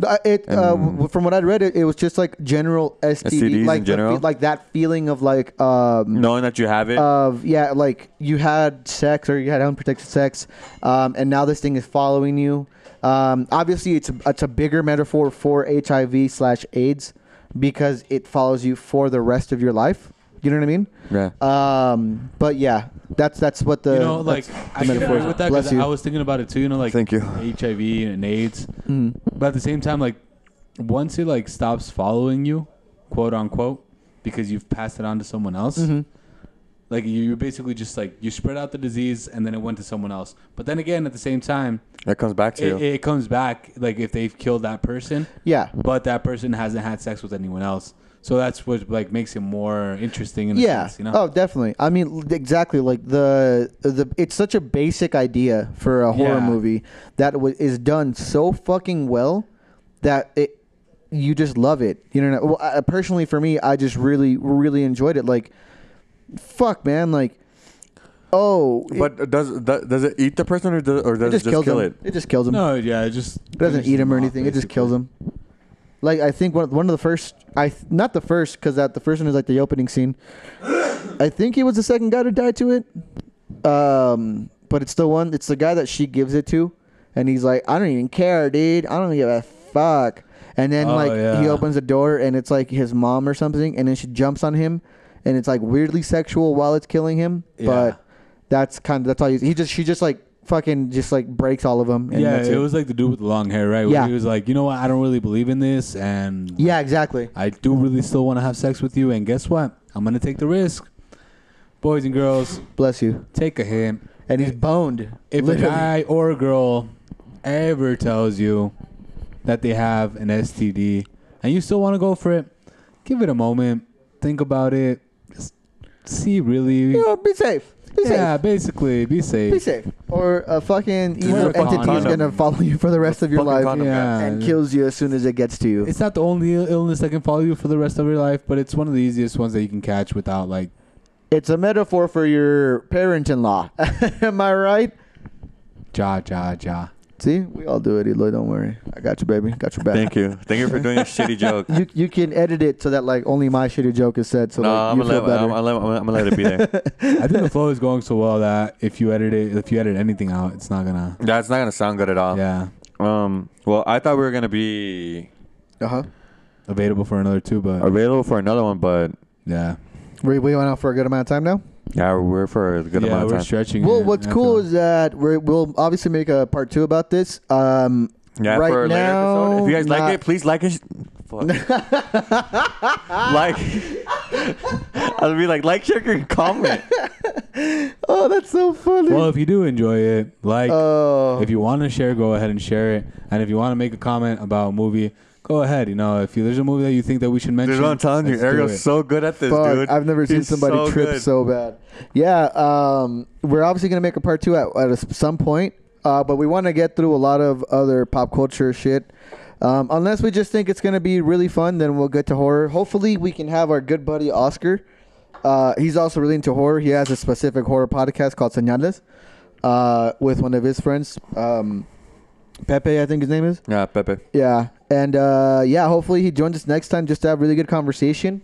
[SPEAKER 2] Uh, It uh,
[SPEAKER 3] And-
[SPEAKER 2] w- from what I'd read, it, it was just like general STD,
[SPEAKER 3] STDs in
[SPEAKER 2] like the fe-
[SPEAKER 3] general?
[SPEAKER 2] like that feeling of like um,
[SPEAKER 3] Knowing that you have it.
[SPEAKER 2] of yeah, like you had sex or you had unprotected sex, um, and now this thing is following you. Um, obviously, it's a, it's a bigger metaphor for HIV slash AIDS because it follows you for the rest of your life. You know what I mean?
[SPEAKER 3] yeah.
[SPEAKER 2] Um, but yeah, that's that's what the
[SPEAKER 1] you know, like
[SPEAKER 2] uh, that's
[SPEAKER 1] I can
[SPEAKER 2] metaphor.
[SPEAKER 1] agree with that
[SPEAKER 2] Bless
[SPEAKER 1] because
[SPEAKER 2] you.
[SPEAKER 1] I was thinking about it too. You know, like
[SPEAKER 3] Thank you.
[SPEAKER 1] HIV and AIDS,
[SPEAKER 2] Mm.
[SPEAKER 1] but at the same time, like once it like stops following you, quote unquote, because you've passed it on to someone else.
[SPEAKER 2] Mhm.
[SPEAKER 1] Like you, you basically just like you spread out the disease and then it went to someone else. But then again, at the same time,
[SPEAKER 3] That comes back to you.
[SPEAKER 1] it, it comes back. Like if they've killed that person,
[SPEAKER 2] yeah.
[SPEAKER 1] but that person hasn't had sex with anyone else, so that's what like makes it more interesting. In a
[SPEAKER 2] yeah.
[SPEAKER 1] sense, you know.
[SPEAKER 2] Oh, definitely. I mean, l- exactly. Like the the it's such a basic idea for a horror
[SPEAKER 1] Yeah.
[SPEAKER 2] movie that w- is done so fucking well that it you just love it. You know. Well, I, personally, for me, I just really really enjoyed it. Like, fuck, man. Like, oh, it-
[SPEAKER 3] But does does does it eat the person or does, or does it just,
[SPEAKER 2] kills
[SPEAKER 3] kill
[SPEAKER 2] him.
[SPEAKER 3] it?
[SPEAKER 2] It just kills him.
[SPEAKER 1] No, yeah, it just
[SPEAKER 2] It doesn't
[SPEAKER 1] finishes
[SPEAKER 2] eat him or
[SPEAKER 1] off,
[SPEAKER 2] anything. It just
[SPEAKER 1] basically.
[SPEAKER 2] kills him. Like I think one one of the first, I th- not the first because that the first one is like the opening scene. I think he was the second guy to die to it, um, but it's the one. It's the guy that she gives it to, and he's like, I don't even care, dude. I don't give a fuck. And then
[SPEAKER 1] Oh,
[SPEAKER 2] like he
[SPEAKER 1] yeah.
[SPEAKER 2] opens the door and it's like his mom or something, and then she jumps on him, and it's like weirdly sexual while it's killing him.
[SPEAKER 1] Yeah.
[SPEAKER 2] But that's kind of that's all he, he just she just like fucking just like breaks all of them. And
[SPEAKER 1] yeah,
[SPEAKER 2] that's
[SPEAKER 1] it was like the dude with the long hair, right? Where
[SPEAKER 2] Yeah.
[SPEAKER 1] He was like, you know what? I don't really believe in this, and
[SPEAKER 2] Yeah, exactly.
[SPEAKER 1] I do really still want to have sex with you. And guess what? I'm gonna take the risk. Boys and girls,
[SPEAKER 2] Bless you.
[SPEAKER 1] take a hint.
[SPEAKER 2] And he's boned.
[SPEAKER 1] If a guy or a girl ever tells you that they have an STD and you still want to go for it, give it a moment. Think about it. Just see really.
[SPEAKER 2] You know, be safe. Be
[SPEAKER 1] yeah,
[SPEAKER 2] safe.
[SPEAKER 1] basically, be safe.
[SPEAKER 2] Be safe. Or a fucking
[SPEAKER 1] Wear
[SPEAKER 2] evil
[SPEAKER 1] a condom.
[SPEAKER 2] entity is gonna follow you for the rest of your
[SPEAKER 3] Fucking
[SPEAKER 2] life
[SPEAKER 3] condom,
[SPEAKER 1] yeah.
[SPEAKER 3] guys.
[SPEAKER 2] and kills you as soon as it gets to you.
[SPEAKER 1] It's not the only illness that can follow you for the rest of your life, but it's one of the easiest ones that you can catch without like
[SPEAKER 2] It's a metaphor for your parent-in-law. Am I right?
[SPEAKER 1] ja ja ja.
[SPEAKER 2] See, we all do it, Eloy. Don't worry. I got you, baby. Got your back.
[SPEAKER 3] Thank you. Thank you for doing a shitty joke.
[SPEAKER 2] You you can edit it so that like only my shitty joke is said. So
[SPEAKER 3] no,
[SPEAKER 2] like,
[SPEAKER 3] I'm
[SPEAKER 2] you
[SPEAKER 3] gonna,
[SPEAKER 2] feel
[SPEAKER 3] let,
[SPEAKER 2] better.
[SPEAKER 3] I'm, gonna let, I'm gonna let it be there.
[SPEAKER 1] I think the flow is going so well that if you edit it, if you edit anything out, it's not gonna.
[SPEAKER 3] That's not gonna sound good at all.
[SPEAKER 1] Yeah,
[SPEAKER 3] Um. Well, I thought we were gonna be
[SPEAKER 2] uh huh.
[SPEAKER 1] available for another two, but
[SPEAKER 3] available for another one, but
[SPEAKER 1] yeah,
[SPEAKER 2] We we went out for a good amount of time now.
[SPEAKER 3] yeah, we're for a good
[SPEAKER 1] yeah,
[SPEAKER 3] amount of
[SPEAKER 1] we're
[SPEAKER 3] time.
[SPEAKER 1] stretching.
[SPEAKER 2] Well,
[SPEAKER 1] it,
[SPEAKER 2] what's
[SPEAKER 1] I
[SPEAKER 2] cool
[SPEAKER 1] feel.
[SPEAKER 2] is that we're, we'll obviously make a part two about this. Um,
[SPEAKER 3] yeah,
[SPEAKER 2] right
[SPEAKER 3] for a later episode.
[SPEAKER 2] now,
[SPEAKER 3] If you guys
[SPEAKER 2] not-
[SPEAKER 3] like it, please like it. sh- Fuck. like, I'll be like, like, share, and comment.
[SPEAKER 2] oh, that's so funny.
[SPEAKER 1] well, if you do enjoy it, like,
[SPEAKER 2] oh,
[SPEAKER 1] if you want to share, go ahead and share it, and if you want to make a comment about a movie, go ahead. You know, if you, there's a movie that you think that we should mention,
[SPEAKER 3] Dude, I'm telling you,
[SPEAKER 1] let's do
[SPEAKER 3] Ariel's
[SPEAKER 1] it.
[SPEAKER 3] so good at this,
[SPEAKER 2] fuck,
[SPEAKER 3] dude.
[SPEAKER 2] I've never seen
[SPEAKER 3] He's
[SPEAKER 2] somebody
[SPEAKER 3] so
[SPEAKER 2] trip
[SPEAKER 3] good.
[SPEAKER 2] so bad. Yeah, um, we're obviously gonna make a part two at, at a s- some point, uh, but we want to get through a lot of other pop culture shit. Um, unless we just think it's gonna be really fun, then we'll get to horror. Hopefully, we can have our good buddy Oscar. Uh, he's also really into horror. He has a specific horror podcast called Señales uh, with one of his friends, um, Pepe, I think his name is.
[SPEAKER 3] Yeah, Pepe.
[SPEAKER 2] Yeah. And uh, yeah, hopefully he joins us next time just to have really good conversation.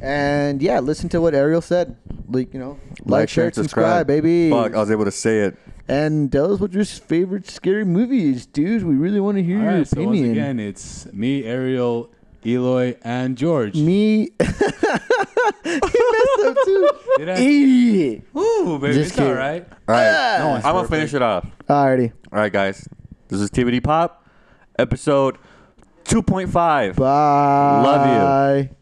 [SPEAKER 2] And yeah, listen to what Ariel said. Like, you know, like, share, and subscribe, baby.
[SPEAKER 3] Fuck, I was able to say it.
[SPEAKER 2] And tell us what your favorite scary movie is, dude. We really want to hear
[SPEAKER 1] All
[SPEAKER 2] your
[SPEAKER 1] right, so once
[SPEAKER 2] opinion.
[SPEAKER 1] again, it's me, Ariel, Eloy, and George.
[SPEAKER 2] Me. he messed up too.
[SPEAKER 1] Did I-
[SPEAKER 2] Idiot.
[SPEAKER 1] Ooh, baby,
[SPEAKER 2] Just
[SPEAKER 1] it's all
[SPEAKER 2] kidding.
[SPEAKER 1] right.
[SPEAKER 3] All
[SPEAKER 2] Ah!
[SPEAKER 3] right,
[SPEAKER 1] No
[SPEAKER 3] I'm
[SPEAKER 1] one's
[SPEAKER 3] gonna
[SPEAKER 1] perfect.
[SPEAKER 3] finish it off.
[SPEAKER 2] Alrighty.
[SPEAKER 3] All right, guys, this is TBD Pop, episode 2.5.
[SPEAKER 2] Bye.
[SPEAKER 3] Love
[SPEAKER 2] you.